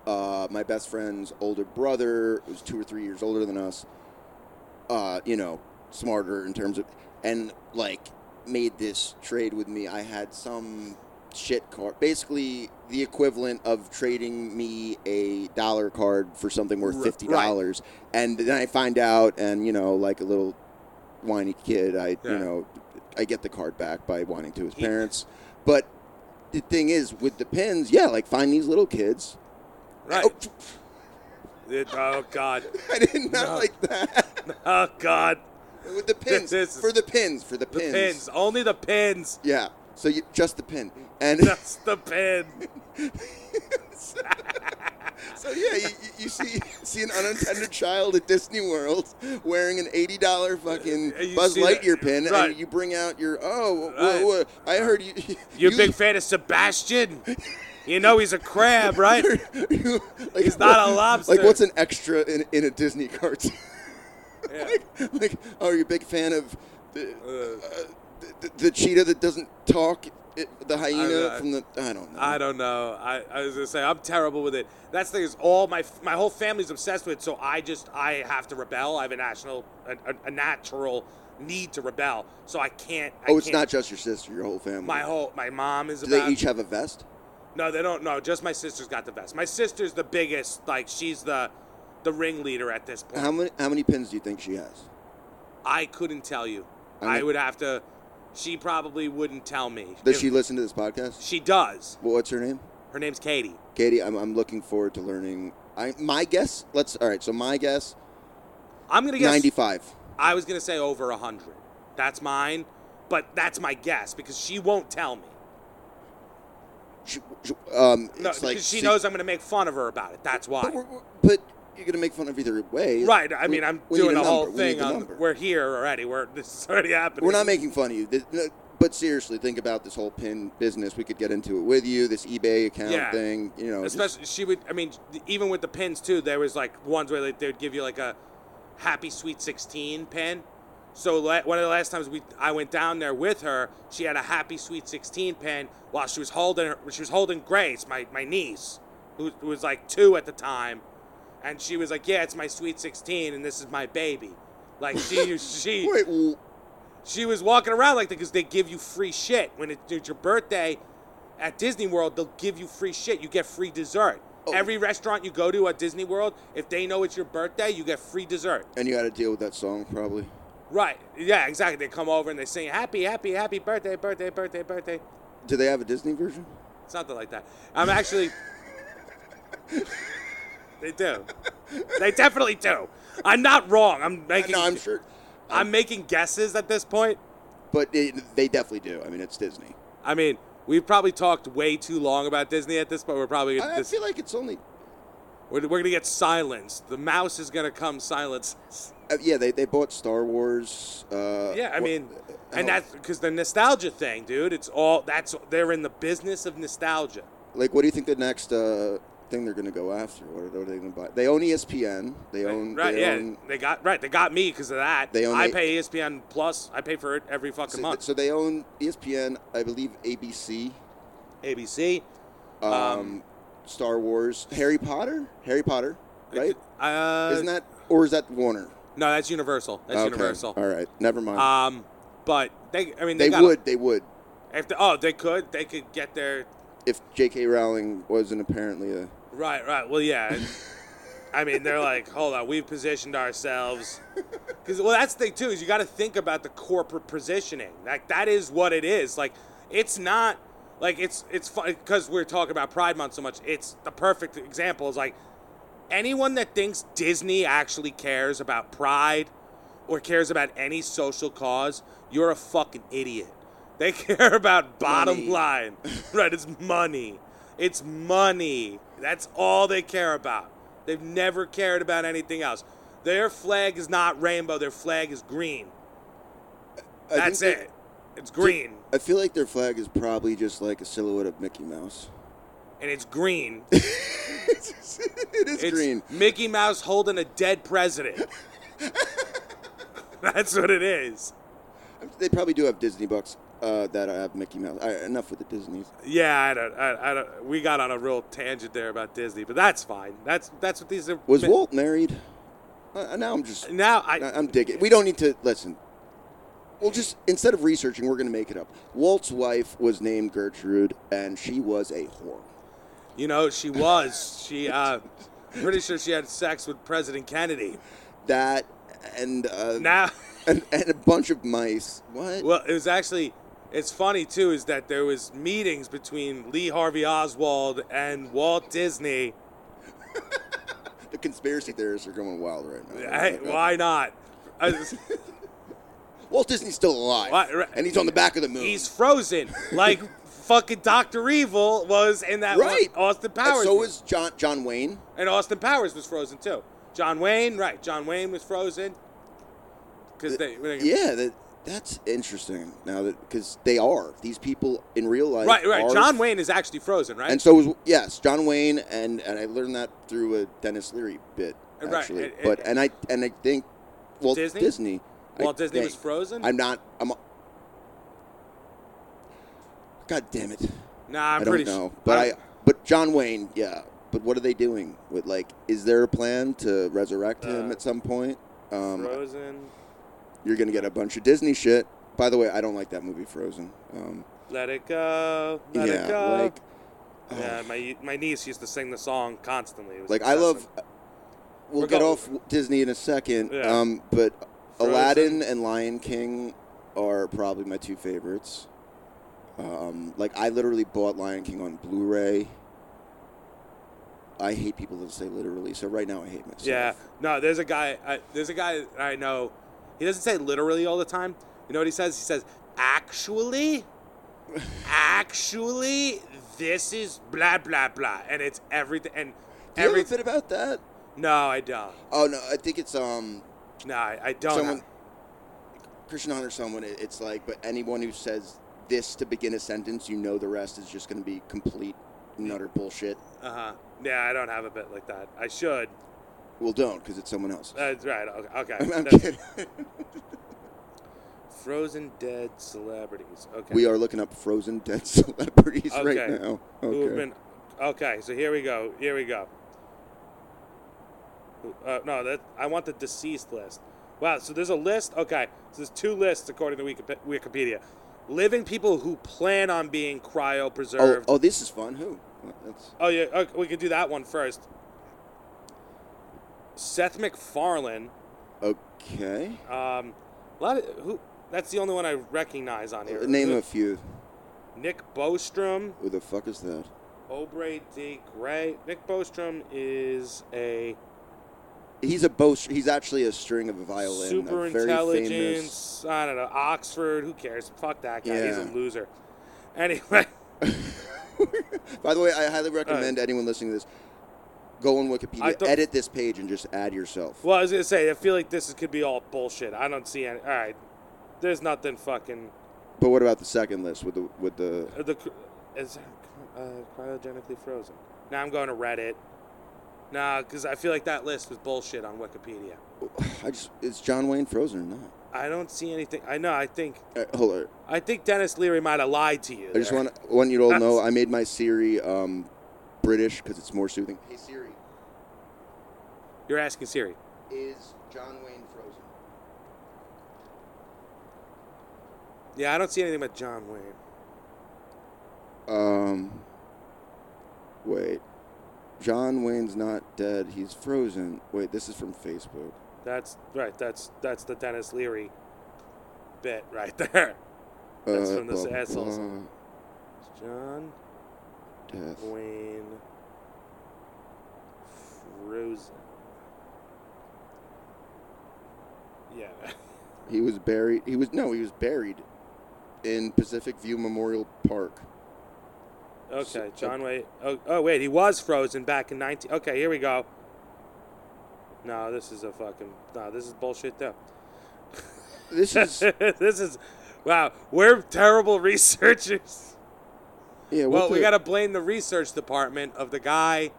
C: Uh, my best friend's older brother who was two or three years older than us. Uh, you know, smarter in terms of and like made this trade with me. I had some shit card, basically the equivalent of trading me a dollar card for something worth
B: Right.
C: fifty dollars, and then I find out, and you know, like a little whiny kid, I
B: Yeah.
C: you know, I get the card back by whining to his
B: He-
C: parents, but. The thing is, with the pins, yeah, like find these little kids.
B: Right.
C: Oh, *laughs*
B: It- oh God.
C: I didn't know
B: No.
C: like that.
B: Oh God.
C: with the pins,
B: This is-
C: for the pins, for the
B: The
C: pins.
B: pins. Only the pins.
C: Yeah. So you just the pin, and
B: That's the pin.
C: so yeah, *laughs* you, you- you see see an unattended child at Disney World wearing an eighty dollar fucking
B: Uh, you
C: Buzz
B: see that,
C: Lightyear pin,
B: right.
C: and you bring out your oh, wh- wh-
B: Right.
C: wh- I heard you. *laughs*
B: You a big fan of Sebastian? You know he's a
C: *laughs*
B: crab, right?
C: you- like,
B: He's not a
C: what-
B: lobster.
C: Like what's an extra in, in a Disney cartoon? *laughs*
B: Yeah.
C: like, oh, are you a big fan of the,
B: Uh,
C: uh, the, the cheetah that doesn't talk? It, the hyena
B: I-
C: from the I don't know.
B: I don't know. I, I was gonna say I'm terrible with it. That's the thing is all my my whole family's obsessed with. it, So I just I have to rebel. I have a national a, a, a natural need to rebel. So I can't. I
C: oh, it's
B: can't-
C: not just your sister, your whole family.
B: my whole my mom is
C: Do
B: about.
C: they each have a vest?
B: No, they don't. No, just my sister's got the best. My sister's the biggest. Like she's the the ringleader at this point.
C: How many how many pins do you think she has?
B: I couldn't tell you.
C: I mean-
B: I would have to. She probably wouldn't tell me.
C: Does
B: If-
C: she listen to this podcast?
B: She does.
C: Well, what's her name?
B: Her name's Katie.
C: Katie, I'm, I'm looking forward to learning. I my guess. Let's all right. So my guess,
B: I'm gonna guess.
C: ninety-five.
B: I was gonna say over hundred. That's mine, but that's my guess because she won't tell me.
C: Sh- sh- Um,
B: No,
C: it's like
B: because she
C: see-
B: knows I'm gonna make fun of her about it. That's why.
C: But, we're- we're- but you're gonna make fun of either way,
B: Right. I
C: We-
B: mean, I'm
C: we need
B: doing a,
C: number.
B: whole
C: We need
B: thing
C: the
B: on.
C: number.
B: We're here already. We're this is already happening.
C: We're not making fun of you. Th- no, But seriously, think about this whole pin business. We could get into it with you. This eBay account
B: Yeah.
C: thing. You know, just-
B: Especially, she would. I mean, even with the pins too, there was like ones where like, they would give you like a happy sweet sixteen pin. So la- one of the last times we I went down there with her, she had a happy sweet sixteen pin while she was holding her, she was holding Grace, my my niece, who, who was like two at the time, and she was like, "Yeah, it's my sweet sixteen, and this is my baby." Like she
C: *laughs*
B: she
C: wait. Well,
B: she was walking around like that because they give you free shit when it- it's your birthday at Disney World. They'll give you free shit. You get free dessert.
C: Oh.
B: Every restaurant you go to at Disney World, if they know it's your birthday, you get free dessert.
C: and you had to deal with that song probably.
B: Right? Yeah, exactly. They come over and they sing "Happy, Happy, Happy Birthday, Birthday, Birthday, Birthday."
C: Do they have a Disney version?
B: It's nothing like that. I'm actually. they do. They definitely do. I'm not wrong. I'm making.
C: no, I'm sure.
B: I'm making guesses at this point.
C: But it, they definitely do. I mean, it's Disney.
B: I mean, we've probably talked way too long about Disney at this point. We're probably
C: I, I
B: this,
C: feel like it's only.
B: we're, we're gonna get silenced. The mouse is gonna come silence. us.
C: Uh, yeah, they, they bought Star Wars. Uh, oh.
B: Yeah, I
C: what-
B: mean, and
C: how-
B: that's because the nostalgia thing, dude. It's all that's they're in the business of nostalgia.
C: like, what do you think the next uh, thing they're going to go after? What are, what are they going to buy? They own E ESPN. They own.
B: right?
C: They
B: yeah,
C: Own,
B: they got right. They got me because of that.
C: They own
B: I
C: eight-
B: pay E ESPN Plus. I pay for it every fucking
C: so,
B: month.
C: so they own E ESPN. I believe ABC.
B: ABC,
C: Um, Star Wars. Harry Potter. Harry Potter. Right?
B: Uh,
C: Isn't that or is that Warner?
B: no? That's Universal. That's
C: okay.
B: Universal.
C: All right. Never mind.
B: Um, but they. I mean,
C: they
B: they, got
C: would. they would.
B: If they, oh, they could. They could get their
C: If J.K. Rowling wasn't apparently a.
B: Right, right. Well, yeah. I mean, they're like, hold on, we've positioned ourselves. Because well, that's the thing too is you got to think about the corporate positioning. Like that is what it is. Like it's not like it's it's because we're talking about Pride Month so much. It's the perfect example. Is like anyone that thinks Disney actually cares about pride or cares about any social cause, you're a fucking idiot. They *laughs* care about bottom
C: Money. *laughs*
B: line. Right, it's money. It's money. That's all they care about. They've never cared about anything else. Their flag is not rainbow, their flag is green.
C: I
B: That's
C: think
B: it.
C: they-
B: it's green.
C: I feel like their flag is probably just like a silhouette of Mickey Mouse. *laughs*
B: and it's green.
C: it is
B: It's
C: green.
B: Mickey Mouse holding a dead
C: *laughs*
B: president. That's what it is.
C: They probably do have Disney bucks uh, that have Mickey Mouse. All right, enough with the Disney's.
B: Yeah, I don't, I, I don't. We got on a real tangent there about Disney, but that's fine. That's that's what these are.
C: Was Uh, Walt married? Uh, now I'm just.
B: Now I.
C: I- I'm digging. We don't need to listen. We'll just instead of researching, we're going to make it up. Walt's wife was named Gertrude, and she was a whore.
B: You know, she was. She, uh, I'm pretty sure she had sex with President Kennedy.
C: That and uh,
B: Now, *laughs*
C: and, and a bunch of mice. What?
B: well, it was actually, it's funny too, is that there was meetings between Lee Harvey Oswald and Walt Disney.
C: The conspiracy theorists are going wild right now. uh,
B: Hey, why not? Uh, I was-
C: Walt Disney's still alive,
B: Why- right.
C: and he's on the back of the moon.
B: He's frozen,
C: *laughs*
B: like fucking Doctor Evil was in that one
C: Right.
B: Austin
C: and
B: Powers.
C: so
B: movie.
C: is John John Wayne.
B: And Austin Powers was frozen too. John Wayne, right? John Wayne was frozen because they,
C: Yeah, that, that's interesting. Now that because they are these people in real life.
B: right, right.
C: are-
B: John Wayne is actually frozen, right?
C: And so was yes, John Wayne, and and I learned that through a Dennis Leary bit
B: Right,
C: actually.
B: it- it-
C: but and I and I think Walt
B: Disney?
C: Disney. I
B: Walt Disney was
C: think.
B: frozen.
C: I'm not. I'm. God damn it!
B: nah, I'm
C: I do
B: pretty
C: not know.
B: sure.
C: But I. But John Wayne, yeah. But what are they doing with like? Is there a plan to resurrect him
B: Uh,
C: at some point? Um,
B: frozen.
C: you're gonna get a bunch of Disney shit. By the way, I don't like that movie Frozen. Um,
B: Let it go. Let
C: yeah,
B: it go.
C: like. oh,
B: yeah, my my niece used to sing the song constantly. It was
C: Like I love.
B: obsessive.
C: We'll
B: We're
C: get
B: go-
C: off Disney in a second.
B: Yeah.
C: Um, but
B: Frozen.
C: Aladdin and Lion King are probably my two favorites. Um, like I literally bought Lion King on Blu-ray. I hate people that say literally. So right now I hate myself.
B: Yeah. No, there's a guy. I, there's a guy I know. He doesn't say literally all the time. You know what he says? He says, "Actually, actually, this is blah blah blah," and it's everything. And
C: Do you
B: every
C: ever fit about that?
B: no, I don't.
C: Oh no, I think it's um
B: No, I, I don't.
C: someone Christian Hunter someone it- it's like but anyone who says this to begin a sentence, you know the rest is just going to be complete and utter bullshit.
B: Uh huh. Yeah, I don't have a bit like that. I should.
C: Well, don't cuz it's someone else.
B: That's right. Okay. okay.
C: *laughs* I'm, I'm
B: Uh, That's-
C: kidding.
B: Frozen dead celebrities. Okay.
C: We are looking up frozen dead celebrities right
B: Okay.
C: now.
B: Who have
C: Okay.
B: been? Okay, so here we go. Here we go. Who- Uh, no, that I want the deceased list. Wow, so there's a list. Okay, so there's two lists according to Wikip- Wikipedia: living people who plan on being
C: Oh,
B: cryopreserved.
C: oh, this is fun. Who? Well, That's
B: Oh yeah, okay, we could do that one first. Seth MacFarlane.
C: okay.
B: Um, a lot of who. That's the only one I recognize on here.
C: Uh, Name a few.
B: Nick Bostrom.
C: Who the fuck is that?
B: Obrey D. Gray. Nick Bostrom is a
C: He's a bow. He's actually a string of a violin.
B: super
C: a very famous. *laughs*
B: intelligence. I don't know. Oxford. Who cares? Fuck that guy. He's a
C: Yeah.
B: loser. Anyway, *laughs*
C: By the way, I highly recommend anyone listening to this go on
B: I
C: Wikipedia,
B: thought-
C: edit this page, and just add yourself.
B: well, I was gonna say I feel like this is- could be all bullshit. I don't see any. All right, there's nothing fucking.
C: But what about the second list with the with the?
B: uh, The cr- is uh, cryogenically frozen. Now I'm going to Reddit. Nah, because I feel like that list was bullshit on Wikipedia.
C: I just is John Wayne frozen or not?
B: I don't see anything. I know. I think.
C: All right, hold on.
B: I think Dennis Leary might have lied to you.
C: I just
B: there.
C: want want you to all know I made my Siri um, British because it's more soothing. Hey Siri,
B: You're asking Siri.
C: is John Wayne frozen?
B: Yeah, I don't see anything about John Wayne.
C: Um, wait. John Wayne's not dead. He's frozen. Wait, this is from Facebook.
B: That's right. That's that's the Dennis Leary bit right *laughs* there. That's
C: Uh,
B: from this asshole's- John
C: Death.
B: Wayne Frozen. Yeah. *laughs*
C: He was buried. He was no. He was buried in Pacific View Memorial Park.
B: Okay, John Wayne. Oh, oh wait, he was frozen back in 19. Okay, here we go. No, this is a fucking. No, this is bullshit *laughs* though. *laughs*
C: This is
B: this is. Wow, we're terrible *laughs* researchers.
C: yeah.
B: Well,
C: what
B: we
C: the-
B: got to blame the research department of the guy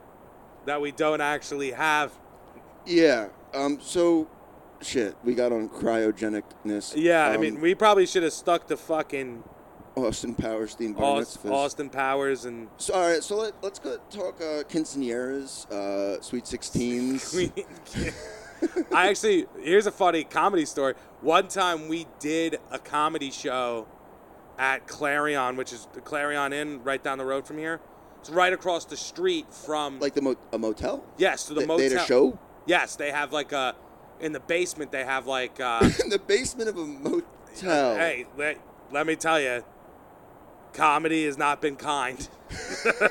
B: that we don't actually have.
C: yeah. Um. So, shit. We got on cryogenicness.
B: Yeah, I
C: Um,
B: mean, we probably should have stuck to fucking
C: Austin Powers, the environment's
B: Aust-
C: fist.
B: Austin Powers and
C: So, all right. So let let's go talk uh, quinceañeras, uh, sweet
B: *laughs*
C: sixteens.
B: Queen. I actually, here's a funny comedy story. One time we did a comedy show at Clarion, which is the Clarion Inn right down the road from here. It's right across the street from
C: like the mo- a motel.
B: yes, to the
C: They-
B: motel.
C: They had a show *laughs*
B: Yes, they have like a in the basement. They have like uh,
C: in the basement of a motel.
B: Hey, let, let me tell you, comedy has not been kind.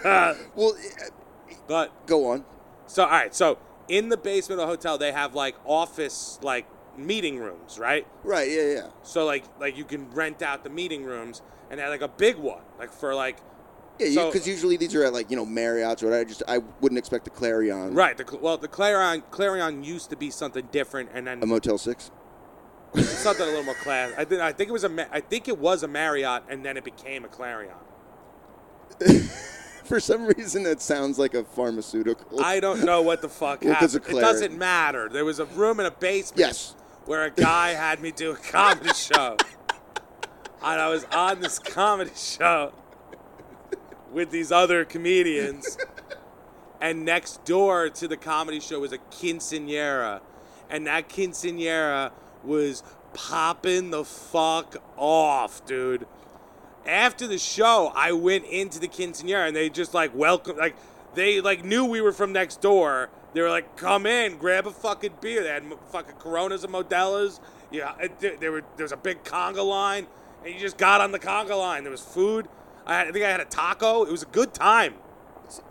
C: Well, eh,
B: But
C: go on.
B: so all right, so in the basement of a hotel, they have like office like meeting rooms, right?
C: Right. Yeah. Yeah.
B: So like like you can rent out the meeting rooms, and they had like a big one, like for like
C: Yeah,
B: So-
C: because usually these are at like you know Marriott's or whatever. I just I wouldn't expect the Clarion.
B: right. The, Cl- well, the Clarion Clarion used to be something different, and then
C: A Motel Six. *laughs*
B: something a little more class. I think I think it was a Ma- I think it was a Marriott, and then it became a Clarion.
C: For some reason, that sounds like a pharmaceutical.
B: I don't know what the fuck
C: Well, 'cause
B: happened.
C: of
B: It
C: Claire.
B: doesn't matter. There was a room in a basement
C: Yes.
B: where a guy had me do a comedy show. And I was on this comedy show with these other comedians. And next door to the comedy show was a quinceanera. And that quinceanera was popping the fuck off, dude after the show, I went into the quinceanera and they just like welcome, like they like knew we were from next door. They were like, "Come in, grab a fucking beer." They had m- fucking Coronas and Modelo's. Yeah, it- there there were there was a big conga line, and you just got on the conga line. There was food. I, had, I think I had a taco. It was a good time.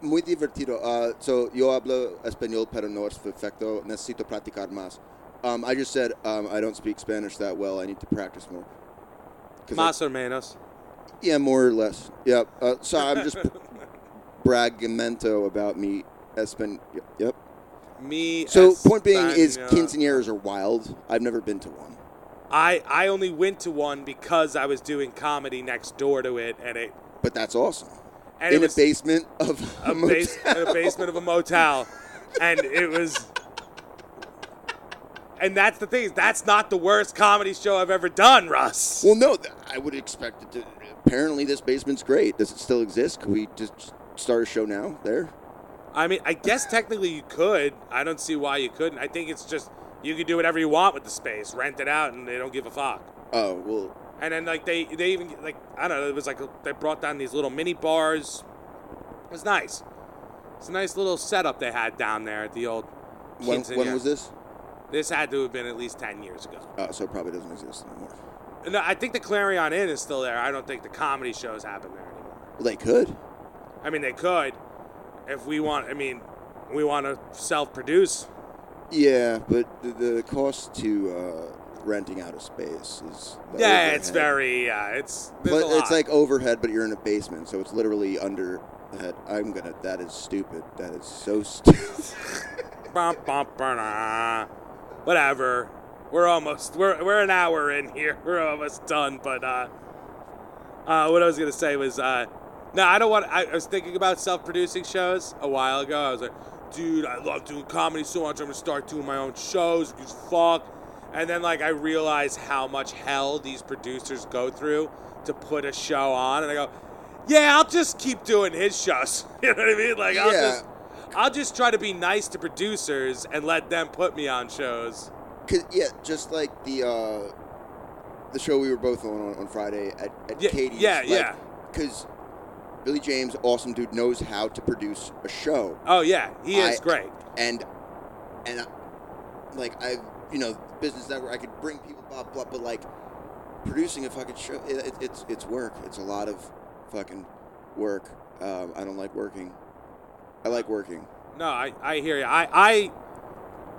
C: Muy divertido. Uh, so yo hablo español pero no es perfecto. Necesito practicar más. Um, I just said um, I don't speak Spanish that well. I need to practice more. 'Cause I-
B: Mas or menos.
C: yeah, more or less. Yeah. Uh, so I'm just braggamento about me. Espan- Yep.
B: Me.
C: So
B: as
C: point being is
B: Spaniard.
C: quinceañeras are wild. I've never been to one.
B: I I only went to one because I was doing comedy next door to it, and it
C: But that's awesome.
B: and it
C: In a
B: was
C: basement of a,
B: a
C: motel.
B: *laughs* base, in a basement of a motel, and it was. And that's the thing. is That's not the worst comedy show I've ever done, Russ.
C: Well, no, th- I would expect it to. Apparently, this basement's great. Does it still exist? Could we just start a show now there?
B: I mean, I guess technically you could. I don't see why you couldn't. I think it's just you can do whatever you want with the space, rent it out, and they don't give a fuck.
C: Oh well,
B: And then like they they even like I don't know it was like they brought down these little mini bars. It was nice. It's a nice little setup they had down there at the old.
C: when, when
B: quinceañera.
C: was this?
B: This had to have been at least ten years ago.
C: Uh, so it probably doesn't exist anymore.
B: No, I think the Clarion Inn is still there. I don't think the comedy shows happen there anymore.
C: Well, they could.
B: I mean, they could if we want. I mean, we want to self-produce.
C: Yeah, but the, the cost to uh, renting out a space is. the
B: yeah, it's
C: overhead.
B: very. Uh, it's.
C: But
B: there's a lot.
C: it's like overhead, but you're in a basement, so it's literally under. Head. I'm gonna. That is stupid. That is so *laughs* stupid.
B: Bum, bum, ba-da. Whatever. We're almost we're we're an hour in here. *laughs* We're almost done, but uh uh what I was gonna say was uh no, I don't want I, I was thinking about self producing shows a while ago. I was like, dude, I love doing comedy so much, I'm gonna start doing my own shows because fuck and then like I realize how much hell these producers go through to put a show on and I go, Yeah, I'll just keep doing his shows. *laughs* you know what I mean? Like I'll
C: Yeah.
B: just I'll just try to be nice to producers and let them put me on shows.
C: 'Cause, yeah, just like the uh, the show we were both on on, on Friday at, at
B: Yeah,
C: Katie's.
B: yeah, yeah.
C: Because Billy James, awesome dude, knows how to produce a show,
B: Oh yeah, he is
C: I-
B: great.
C: and and I, like I, you know, business network, I could bring people up, but, but like producing a fucking show, it, it, it's it's work. It's a lot of fucking work. Um, I don't like working. I like working.
B: No, I, I hear you. I, I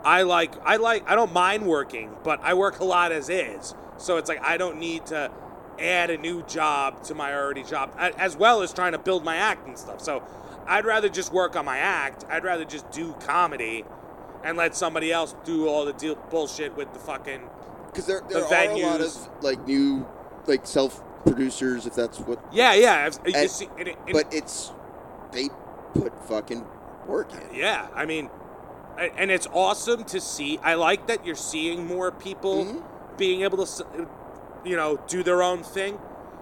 B: I like I like I don't mind working, but I work a lot as is. So it's like I don't need to add a new job to my already job a- as well as trying to build my act and stuff. So I'd rather just work on my act. I'd rather just do comedy and let somebody else do all the deal bullshit with the fucking
C: Because there, there
B: The
C: are a lot
B: venues.
C: of like new like self producers, if that's what
B: Yeah, yeah. I've- you
C: And-
B: see- and it- and-
C: but it's they put fucking work in.
B: Yeah, I mean, a- and it's awesome to see. I like that you're seeing more people
C: Mm-hmm.
B: being able to, s- you know, do their own thing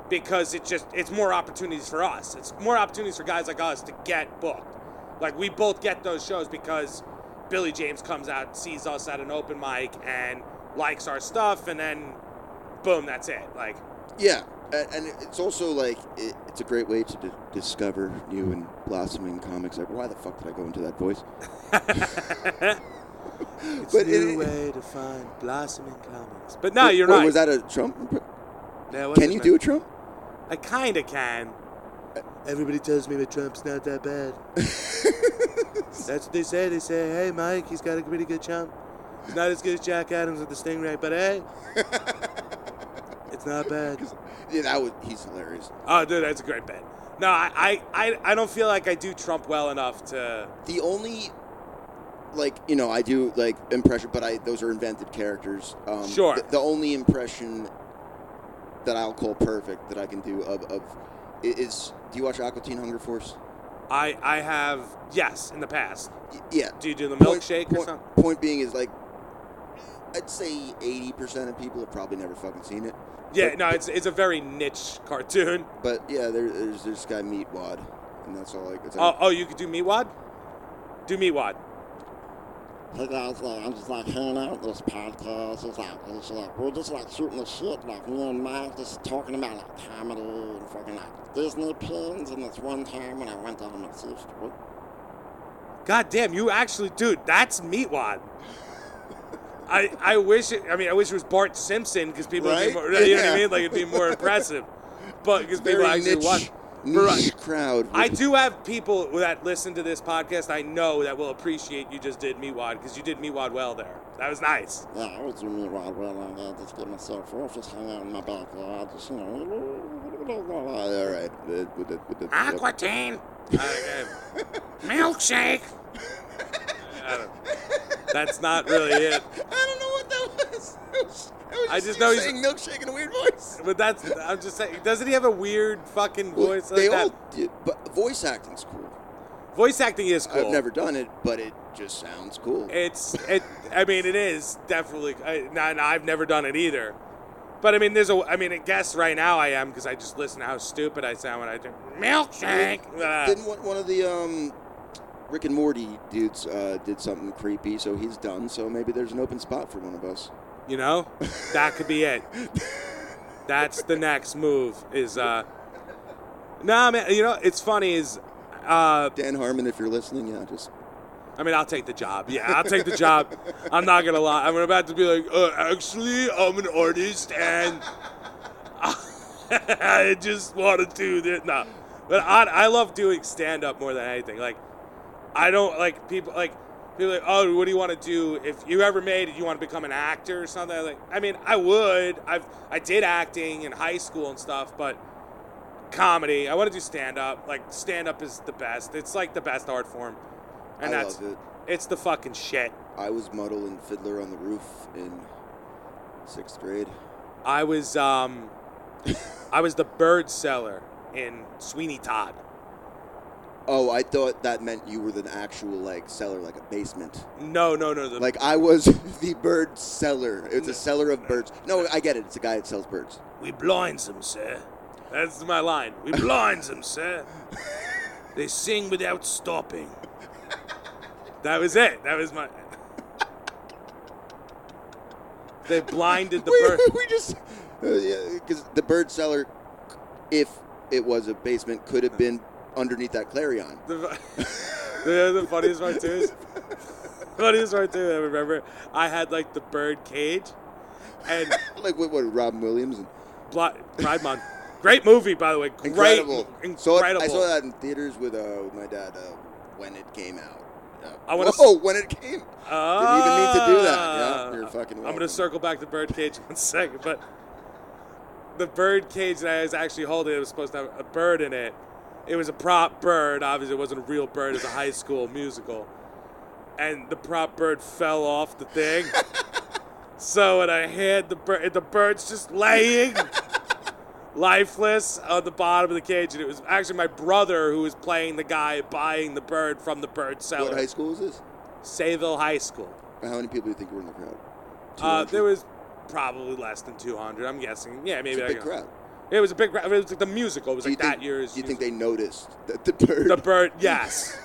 B: because it just it's more opportunities for us. It's more opportunities for guys like us to get booked. Like we both get those shows because Billy James comes out, sees us at an open mic, and likes our stuff, and then boom, that's it. Like
C: Yeah, and, and it's also like it, it's a great way to d- discover new and blossoming comics. Like, why the fuck did I go into that *laughs* voice?
B: it's
C: But new it-
B: way to find blossoming comics. But no, you're
C: Wait,
B: right.
C: Was that a Trump? imp-
B: Yeah, what
C: Can
B: is
C: you
B: it?
C: do a Trump?
B: I kind of can.
D: Everybody tells me that Trump's not that
B: *laughs*
D: bad. That's what they say. They say, hey, Mike, he's got a pretty good Trump. He's not as good as Jack Adams with the stingray, but
B: *laughs*
D: hey, it's not bad.
C: Yeah, that was he's hilarious.
B: Oh, dude, that's a great bet. No, I, I, I, I don't feel like I do Trump well enough to.
C: The only like you know I do like impression, but I those are invented characters. Um,
B: Sure.
C: The, the only impression that I'll call perfect that I can do of of i- is do you watch Aqua Teen Hunger Force?
B: I, I have yes in the past.
C: Y- yeah.
B: Do you do the
C: Point-
B: milkshake or
C: point-
B: something?
C: Point being is like, I'd say eighty percent of people have probably never fucking seen it.
B: Yeah, no, it's it's a very niche cartoon.
C: But yeah, there, there's this guy Meatwad, and that's all. Like, it's
B: Oh,
C: like,
B: oh, you could do Meatwad. Do Meatwad.
E: Hey guys, like, I'm just like hanging out with this podcast. It's like, it's like we're just like shooting the shit, like me and Mike, just talking about like comedy and fucking like Disney pins. And this one time when I went down to my sister,
B: God damn, you actually, dude, that's Meatwad. I, I wish it. I mean, I wish it was Bart Simpson because people would be
C: Right?
B: more. *laughs* You know what I
C: Yeah.
B: mean? Like it'd be more impressive. But because
C: Very
B: people actually
C: niche.
B: watch.
C: niche crowd.
B: I
C: would-
B: do have people that listen to this podcast. I know that will appreciate you just did Miwad because you did Miwad well there. That was nice.
E: Yeah, I was doing me right well on that. Just get myself off, just hang out in my backyard, just, you know.
C: Uh, all right. Uh, with the- with the-
B: Aquatine, milkshake. I don't- That's not really it.
C: *laughs* I don't know what that was. *laughs* It was, it was
B: I just
C: you
B: know he's-
C: saying milkshake in a weird voice.
B: But that's I'm just saying. Doesn't he have a weird fucking *laughs*
C: Well,
B: voice
C: they
B: like that?
C: all did, but voice acting's cool.
B: Voice acting is cool.
C: I've never done it, but it just sounds cool.
B: It's it. I mean, it is definitely. I, no, no, I've never done it either. But I mean, there's a. I mean, I guess right now I am because I just listen to how stupid I sound when I drink milkshake. Ah.
C: Didn't one, one of the um, Rick and Morty dudes uh, did something creepy, so he's done. So maybe there's an open spot for one of us.
B: Ah, you know, that could be it. That's the next move. Is uh. Nah, man. You know, it's funny. Is uh.
C: Dan Harmon, if you're listening, yeah, just
B: I mean, I'll take the job. Yeah, I'll take the job. I'm not gonna lie. I'm about to be like, uh, actually, I'm an artist, and *laughs* I just want to do this. No, but I, I love doing stand up more than anything. Like, I don't like people like people like, oh, what do you want to do if you ever made it? You want to become an actor or something? Like, I mean, I would. I've I did acting in high school and stuff, but comedy. I want to do stand up. Like, stand up is the best. It's like the best art form. And
C: I
B: that's
C: love it.
B: it's the fucking shit.
C: I was Muddle and Fiddler on the Roof in sixth grade.
B: I was um, I was the bird seller in Sweeney Todd.
C: Oh, I thought that meant you were the actual like cellar, like a basement.
B: No, no, no. The,
C: Like I was *laughs* the bird seller. It's a seller of birds. No, I get it. It's a guy that sells birds.
B: we blinds them, sir. That's my line. We blinds them, sir. They sing without stopping. That was it. That was my. They blinded the
C: we,
B: bird.
C: *laughs*
B: *laughs*
C: we just because the bird seller, if it was a basement, could have been underneath that clarion.
B: The, the, the funniest part too is funniest part too. I remember I had like the bird cage, and
C: Like what? What? Robin Williams. And,
B: Bl- Pride Month. Great movie, by the way. Great,
C: incredible. Saw it-
B: incredible.
C: I saw that in theaters with uh with my dad uh, when it came out. Uh,
B: I wanna
C: Whoa! when it came.
B: Ah.
C: Didn't even need to do that. Yeah,
B: Uh,
C: you're fucking
B: I'm gonna
C: welcome.
B: circle back to Birdcage *laughs* one second, but the birdcage that I was actually holding, it was supposed to have a bird in it. It was a prop bird. Obviously, it wasn't a real bird. It was a high school musical, and the prop bird fell off the
C: *laughs*
B: thing. so when I had the bird, the bird's just laying. Lifeless on the bottom of the cage, and it was actually my brother who was playing the guy buying the bird from the bird seller.
C: What high school is this?
B: Sayville High School.
C: How many people do you think were in the crowd?
B: Uh,
C: 200?
B: there was probably less than 200. I'm guessing. Yeah,
C: It's
B: maybe
C: a
B: like
C: big crowd.
B: It was a big crowd. It was like the musical. It was
C: Do you
B: like
C: think,
B: that year's.
C: do you think they noticed that the bird?
B: the
C: *laughs*
B: bird? Yes.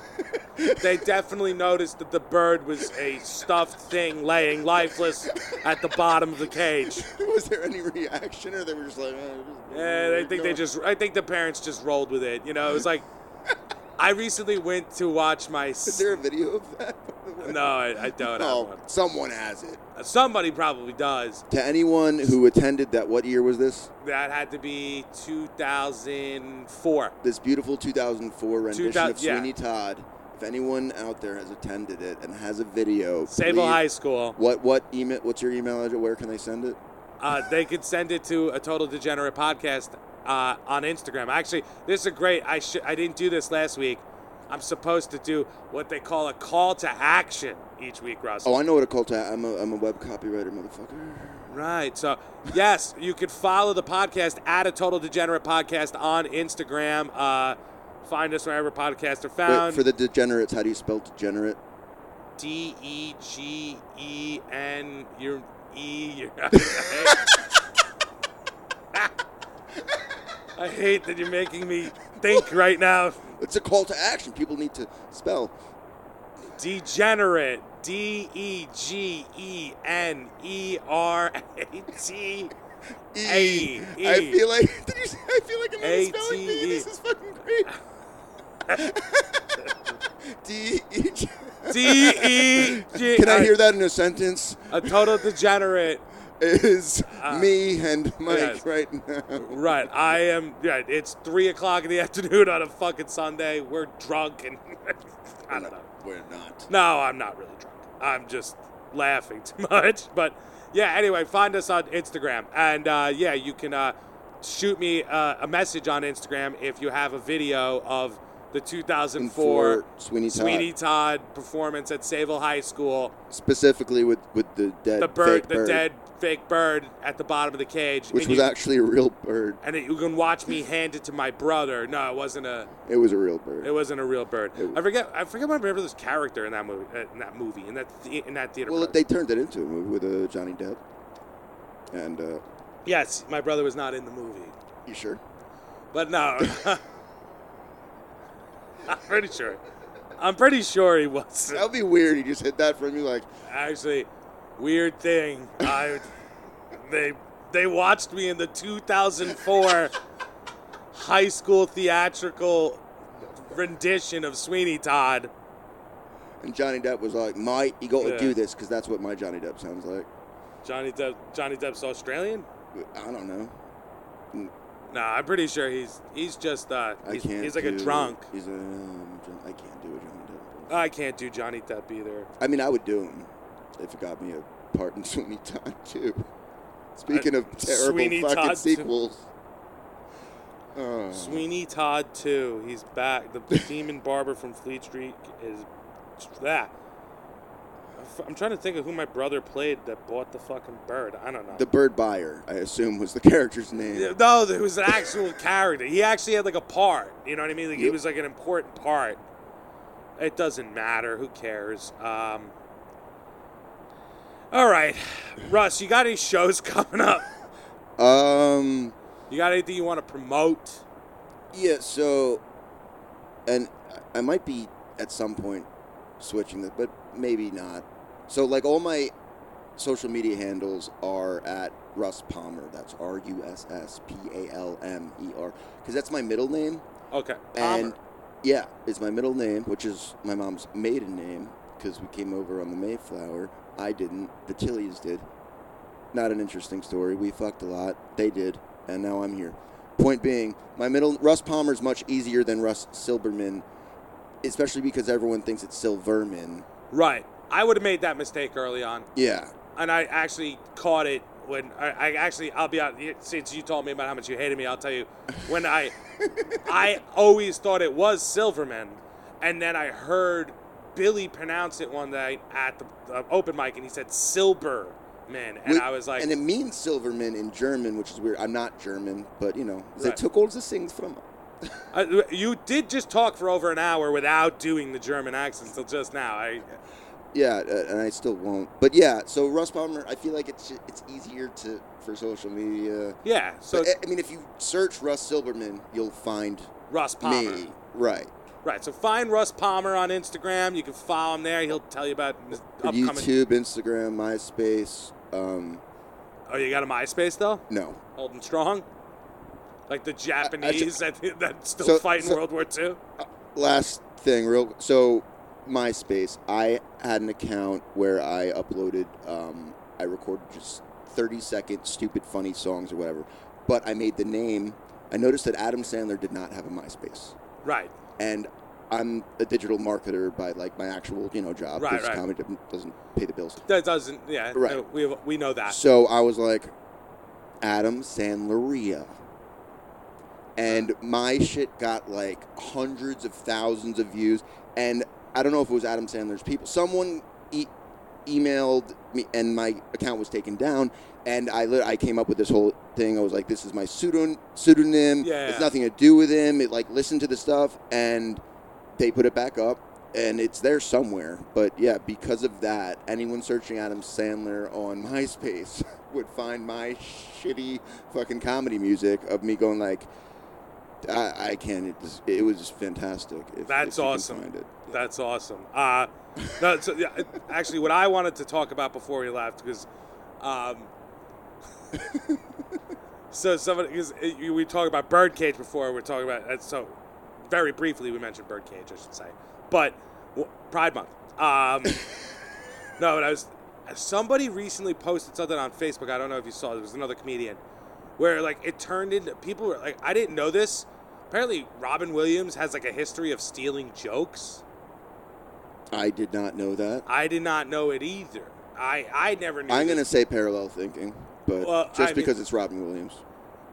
B: they definitely noticed that the bird was a stuffed thing laying lifeless at the bottom of the cage.
C: *laughs* was there any reaction, or they were just like? eh,
B: Yeah,
C: where
B: I
C: you
B: think they
C: going?
B: just. I think the parents just rolled with it. You know, it was like. I recently went to watch
C: *laughs*
B: my.
C: Is
B: s-
C: there a video of that? by the way?
B: No, I, I don't
C: Oh,
B: have one.
C: someone has it.
B: Somebody probably does.
C: To anyone who attended that, what year was this?
B: That had to be 2004.
C: This beautiful 2004 rendition of
B: 2000 yeah.
C: Sweeney Todd. If anyone out there has attended it and has a video,
B: Sable
C: please-
B: High School.
C: What what email? What's your email address? Where can they send it?
B: Uh, they could send it to a total degenerate podcast uh, on Instagram. Actually, this is a great. I should. I didn't do this last week. I'm supposed to do what they call a call to action each week, Russell.
C: Oh, I know what a cult. I'm a I'm a web copywriter, motherfucker.
B: Right. So, yes, you could follow the podcast at a total degenerate podcast on Instagram. Uh, find us wherever podcasts are
C: Wait,
B: found.
C: for the degenerates, how do you spell degenerate?
B: D E G E N your E *laughs* your I hate that you're making me think right now.
C: It's a call to action. People need to spell.
B: Degenerate. D E G E N E R A T.
C: E. I
B: A, E.
C: feel like *laughs* did you say, I feel like I'm
B: A,
C: in a spelling
B: T,
C: bee.
B: E.
C: This is fucking great.
B: *laughs*
C: *laughs* D E G.
B: D E G. E.
C: Can I hear that in a sentence?
B: A total degenerate
C: is
B: Uh,
C: me and Mike
B: yes.
C: right now.
B: Right. I am. Yeah, it's three o'clock in the afternoon on a fucking Sunday. We're drunk and *laughs* I don't know.
C: We're not.
B: No, I'm not really drunk. I'm just laughing too *laughs* much. But yeah, anyway, find us on Instagram. And uh, yeah, you can uh, shoot me uh, a message on Instagram if you have a video of the 2004
C: For Sweeney Todd,
B: Sweeney Todd performance at Saville High School.
C: specifically with with the dead
B: The bird,
C: fake
B: the dead fake bird at the bottom of the cage.
C: which
B: And
C: was
B: you-
C: actually a real bird.
B: and you can watch me hand it to my brother. No, it wasn't a.
C: It was a real bird.
B: It wasn't a real bird.
C: It-
B: I forget. I forget. What I remember this character in that movie. uh, In that movie. In that. The, in that theater.
C: well,
B: production.
C: they turned it into a movie with uh, Johnny Depp. And uh,
B: yes, my brother was not in the movie,
C: you sure?
B: but no. *laughs* I'm pretty sure. I'm pretty sure he was.
C: That'd be weird. You just hit that from you like
B: Actually, weird thing. I. they they watched me in the 2004 high school theatrical rendition of Sweeney Todd.
C: And Johnny Depp was like, "Mike, you got to
B: Yeah.
C: do this because that's what my Johnny Depp sounds like."
B: Johnny Depp. Johnny Depp's Australian.
C: I don't know.
B: No, I'm pretty sure he's he's just uh
C: I
B: he's,
C: can't.
B: he's like
C: do-
B: a drunk.
C: He's a. Um, John- I can't do a Johnny Depp.
B: I can't do Johnny Depp either.
C: I mean, I would do him if it got me a part in *laughs* Sweeney Todd too. Speaking of terrible
B: Uh, Sweeney
C: fucking
B: Todd too.
C: sequels. Oh,
B: Sweeney Todd too. He's back. The demon barber from Fleet Street is that. I'm trying to think of who my brother played that bought the fucking bird. I don't know.
C: Uh, the bird buyer, I assume, was the *laughs* character's name.
B: Yeah, no, it was an actual character. He actually had like a part. You know what I mean? Like he
C: Yep.
B: was like an important part. It doesn't matter. Who cares? Um, all right, Russ, you got any shows *laughs* coming up?
C: Um.
B: You got anything you want to promote?
C: Yeah. So, and I might be at some point switching this, but maybe not. So, like, all my social media handles are at Russ Palmer. That's R U S S P A L M E R, because that's my middle name.
B: Okay.
C: And
B: Palmer.
C: yeah, it's my middle name, which is my mom's maiden name, because we came over on the Mayflower. I didn't. The Tillys did. Not an interesting story. We fucked a lot. They did, and now I'm here. Point being, my middle Russ Palmer's much easier than Russ Silberman, especially because everyone thinks it's Silverman.
B: right. I would have made that mistake early on,
C: Yeah,
B: and I actually caught it when I, I actually I'll be out since you told me about how much you hated me. I'll tell you when
C: *laughs*
B: I I always thought it was Silverman, and then I heard Billy pronounce it one night at the uh, open mic, and he said Silberman, and
C: Wait,
B: I was like,
C: and it means Silverman in German, which is weird. I'm not German, but you know, they
B: Right.
C: took all the things from.
B: I- uh, you did just talk for over an hour without doing the German accent until just now. I
C: Yeah, uh, and I still won't. But yeah, so Russ Palmer, I feel like it's it's easier to for social media.
B: yeah. So
C: So I mean, if you search Russ Silberman, you'll find
B: Russ Palmer.
C: me. Right.
B: Right, so find Russ Palmer on Instagram. You can follow him there. He'll tell you about his upcoming.
C: YouTube, Instagram, MySpace. Um,
B: Oh, you got a MySpace though?
C: no.
B: Holding strong, like the Japanese that that's still
C: So-
B: fighting
C: so-
B: World War II.
C: Last thing, real. So MySpace, I had an account where I uploaded, um, I recorded just thirty second stupid funny songs or whatever. But I made the name. I noticed that Adam Sandler did not have a MySpace.
B: Right,
C: and I'm a digital marketer by like my actual you know job
B: Right,
C: 'cause
B: right.
C: comedy doesn't- doesn't pay the bills.
B: that doesn't. Yeah,
C: Right.
B: no, we have, we know that.
C: So I was like, Adam Sandleria, and my shit got like hundreds of thousands of views, and I don't know if it was Adam Sandler's people. Someone e- emailed me, and my account was taken down. And I lit- I came up with this whole thing. I was like, this is my pseudo- pseudonym.
B: Yeah.
C: It's nothing to do with him. It like listened to the stuff and they put it back up and it's there somewhere. But yeah, because of that, anyone searching Adam Sandler on *laughs* MySpace would find my shitty fucking comedy music of me going like, I, I can't. It, just, it was just fantastic. if- if
B: That's
C: you can
B: awesome.
C: find it.
B: That's awesome. Uh, no, so, yeah, actually, what I wanted to talk about before we left because, um, *laughs* so somebody because we talked about birdcage before. We're talking about uh, so very briefly we mentioned birdcage, I should say, but w- Pride Month. Um, no, but I was somebody recently posted something on Facebook. I don't know if you saw it. It was another comedian where like it turned into people were like, I didn't know this. Apparently, Robin Williams has like a history of stealing jokes.
C: I did not know that.
B: I did not know it either. I I never knew.
C: I'm
B: this.
C: gonna say parallel thinking, but
B: Well,
C: just
B: I mean-
C: because it's Robin Williams.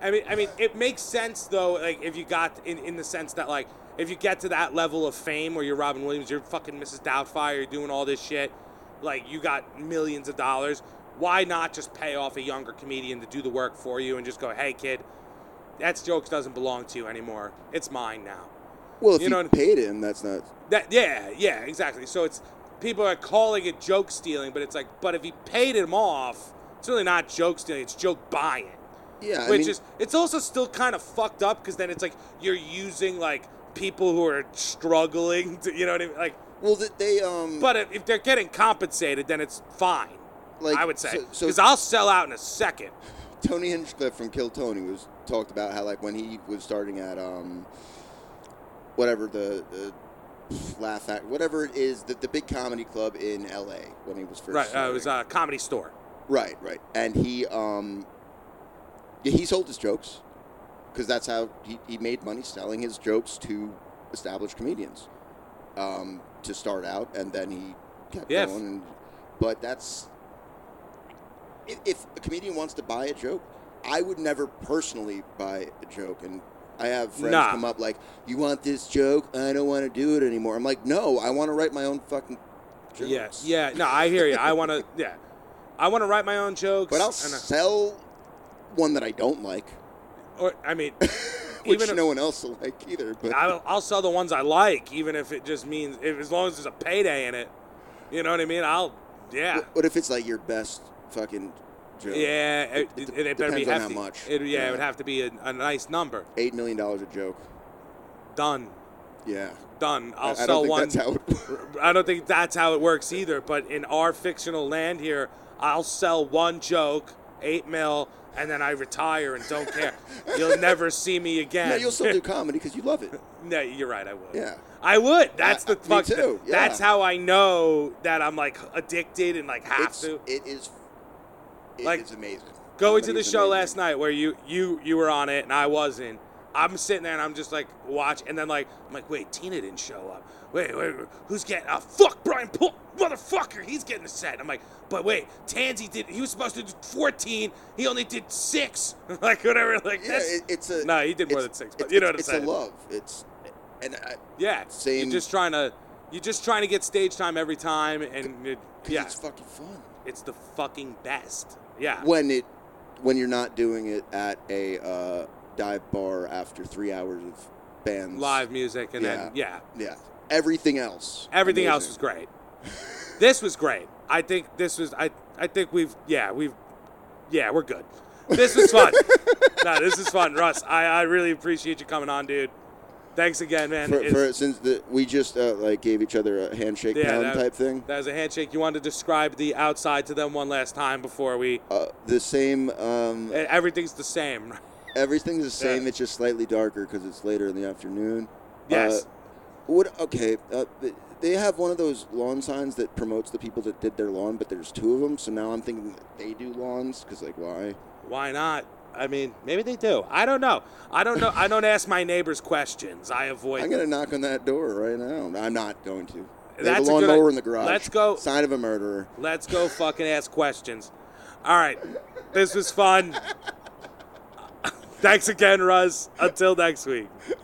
B: I mean, I mean, it makes sense though. Like, if you got in, in the sense that like, if you get to that level of fame where you're Robin Williams, you're fucking Mrs. Doubtfire, you're doing all this shit, like you got millions of dollars. Why not just pay off a younger comedian to do the work for you and just go, hey kid, that jokes doesn't belong to you anymore. It's mine now.
C: Well, if
B: You
C: you,
B: know what-
C: paid him, that's not.
B: That yeah, yeah, exactly. So it's people are calling it joke stealing, but it's like, but if he paid him off, it's really not joke stealing. It's joke buying.
C: Yeah, I
B: which
C: mean,
B: is it's also still kind of fucked up because then it's like you're using like people who are struggling to you know what I mean like
C: well, that they um.
B: but if, if they're getting compensated then it's fine
C: Like,
B: I would say
C: so-
B: because
C: so-
B: I'll sell out in a second
C: Tony Hinchcliffe from Kill Tony was talked about how like when he was starting at um, whatever the, the laugh act, whatever it is, the, the big comedy club in L.A. when he was first.
B: right uh, it was
C: starting.
B: a comedy store
C: right, right, and he um, yeah, he sold his jokes because that's how he, he made money selling his jokes to established comedians um, to start out, and then he kept
B: Yeah.
C: going. And, but that's if, if a comedian wants to buy a joke, I would never personally buy a joke. And I have friends
B: Nah.
C: come up like, "You want this joke? I don't want to do it anymore." I'm like, "No, I want to write my own fucking jokes."
B: yeah yeah no I hear you I want
C: *laughs*
B: to yeah I want to write my own jokes
C: But I'll
B: and, uh,
C: sell one that I don't like, *laughs*
B: or I mean
C: which
B: even if-
C: no one else will like either. But
B: I'll, I'll sell the ones I like even if it just means if, as long as there's a payday in it you know what I mean I'll yeah
C: what if it's like your best fucking joke?
B: Yeah, it,
C: It-
B: it,
C: it
B: it better be
C: depends on how
B: hefty.
C: much.
B: It, yeah, it would
C: Yeah.
B: have to be a, a nice number.
C: eight million dollars a joke.
B: Done,
C: Yeah,
B: done.
C: I-
B: I'll
C: I don't
B: sell
C: think
B: one.
C: that's how
B: *laughs*
C: it works.
B: I don't think that's how it works either. But in our fictional land here, I'll sell one joke, eight mil, and then I retire and don't
C: *laughs*
B: care. you'll never see me again.
C: No, you'll still do comedy because you
B: *laughs*
C: love it.
B: No, you're right. I would.
C: Yeah.
B: I would. That's
C: I-
B: the
C: me
B: fuck.
C: too, yeah.
B: That's how I know that I'm like addicted and like have
C: It's,
B: to.
C: it is. It
B: Like,
C: is amazing.
B: going
C: Comedy
B: to the
C: is
B: show
C: amazing.
B: last night where you you you were on it and I wasn't. I'm sitting there and I'm just like watch and then like I'm like wait Tina didn't show up. Wait wait wait, who's getting oh fuck Brian Pull motherfucker he's getting the set. I'm like but wait Tansy did he was supposed to do 14 he only did six *laughs* like whatever like
C: Yeah,
B: that's
C: it, it's a.
B: no he did more
C: it's-
B: than six but
C: it's-
B: you know what I'm
C: it's,
B: saying.
C: It's a love. It's, and I,
B: Yeah,
C: Same-
B: You're just trying to you're just trying to get stage time every time and it,
C: 'cause
B: yeah
C: it's fucking fun.
B: it's the fucking best. Yeah.
C: When it, when you're not doing it at a uh, dive bar after three hours of bands
B: Live music and then yeah.
C: Yeah, everything else.
B: Everything else was
C: amazing.
B: great.
C: *laughs*
B: this was great. I think this was I I think we've yeah, we've yeah, we're good. This was
C: *laughs*
B: fun. no, this is fun, Russ. I, I really appreciate you coming on, dude. Thanks again, man.
C: For,
B: It's-
C: for since the, we just uh, like gave each other a handshake
B: yeah,
C: pound
B: that,
C: type thing.
B: that was a handshake. You wanted to describe the outside to them one last time before we
C: Uh, the same. Um,
B: e- everything's the same.
C: Everything's the same.
B: Yeah.
C: It's just slightly darker because it's later in the afternoon.
B: Yes.
C: Uh, what? Okay. Uh, th- they have one of those lawn signs that promotes the people that did their lawn, but there's two of them. So now I'm thinking that they do lawns because, like, why?
B: Why not? I mean, maybe they do. I don't know. I don't know. I don't ask my neighbors questions. I avoid
C: I'm gonna knock on that door right now. I'm not going to. They have
B: That's
C: a
B: a good
C: lawnmower
B: i-
C: in the garage.
B: Let's go-
C: Sign of a murderer.
B: Let's go fucking ask questions. All right. *laughs* This was fun. Thanks again, Russ. Until next week.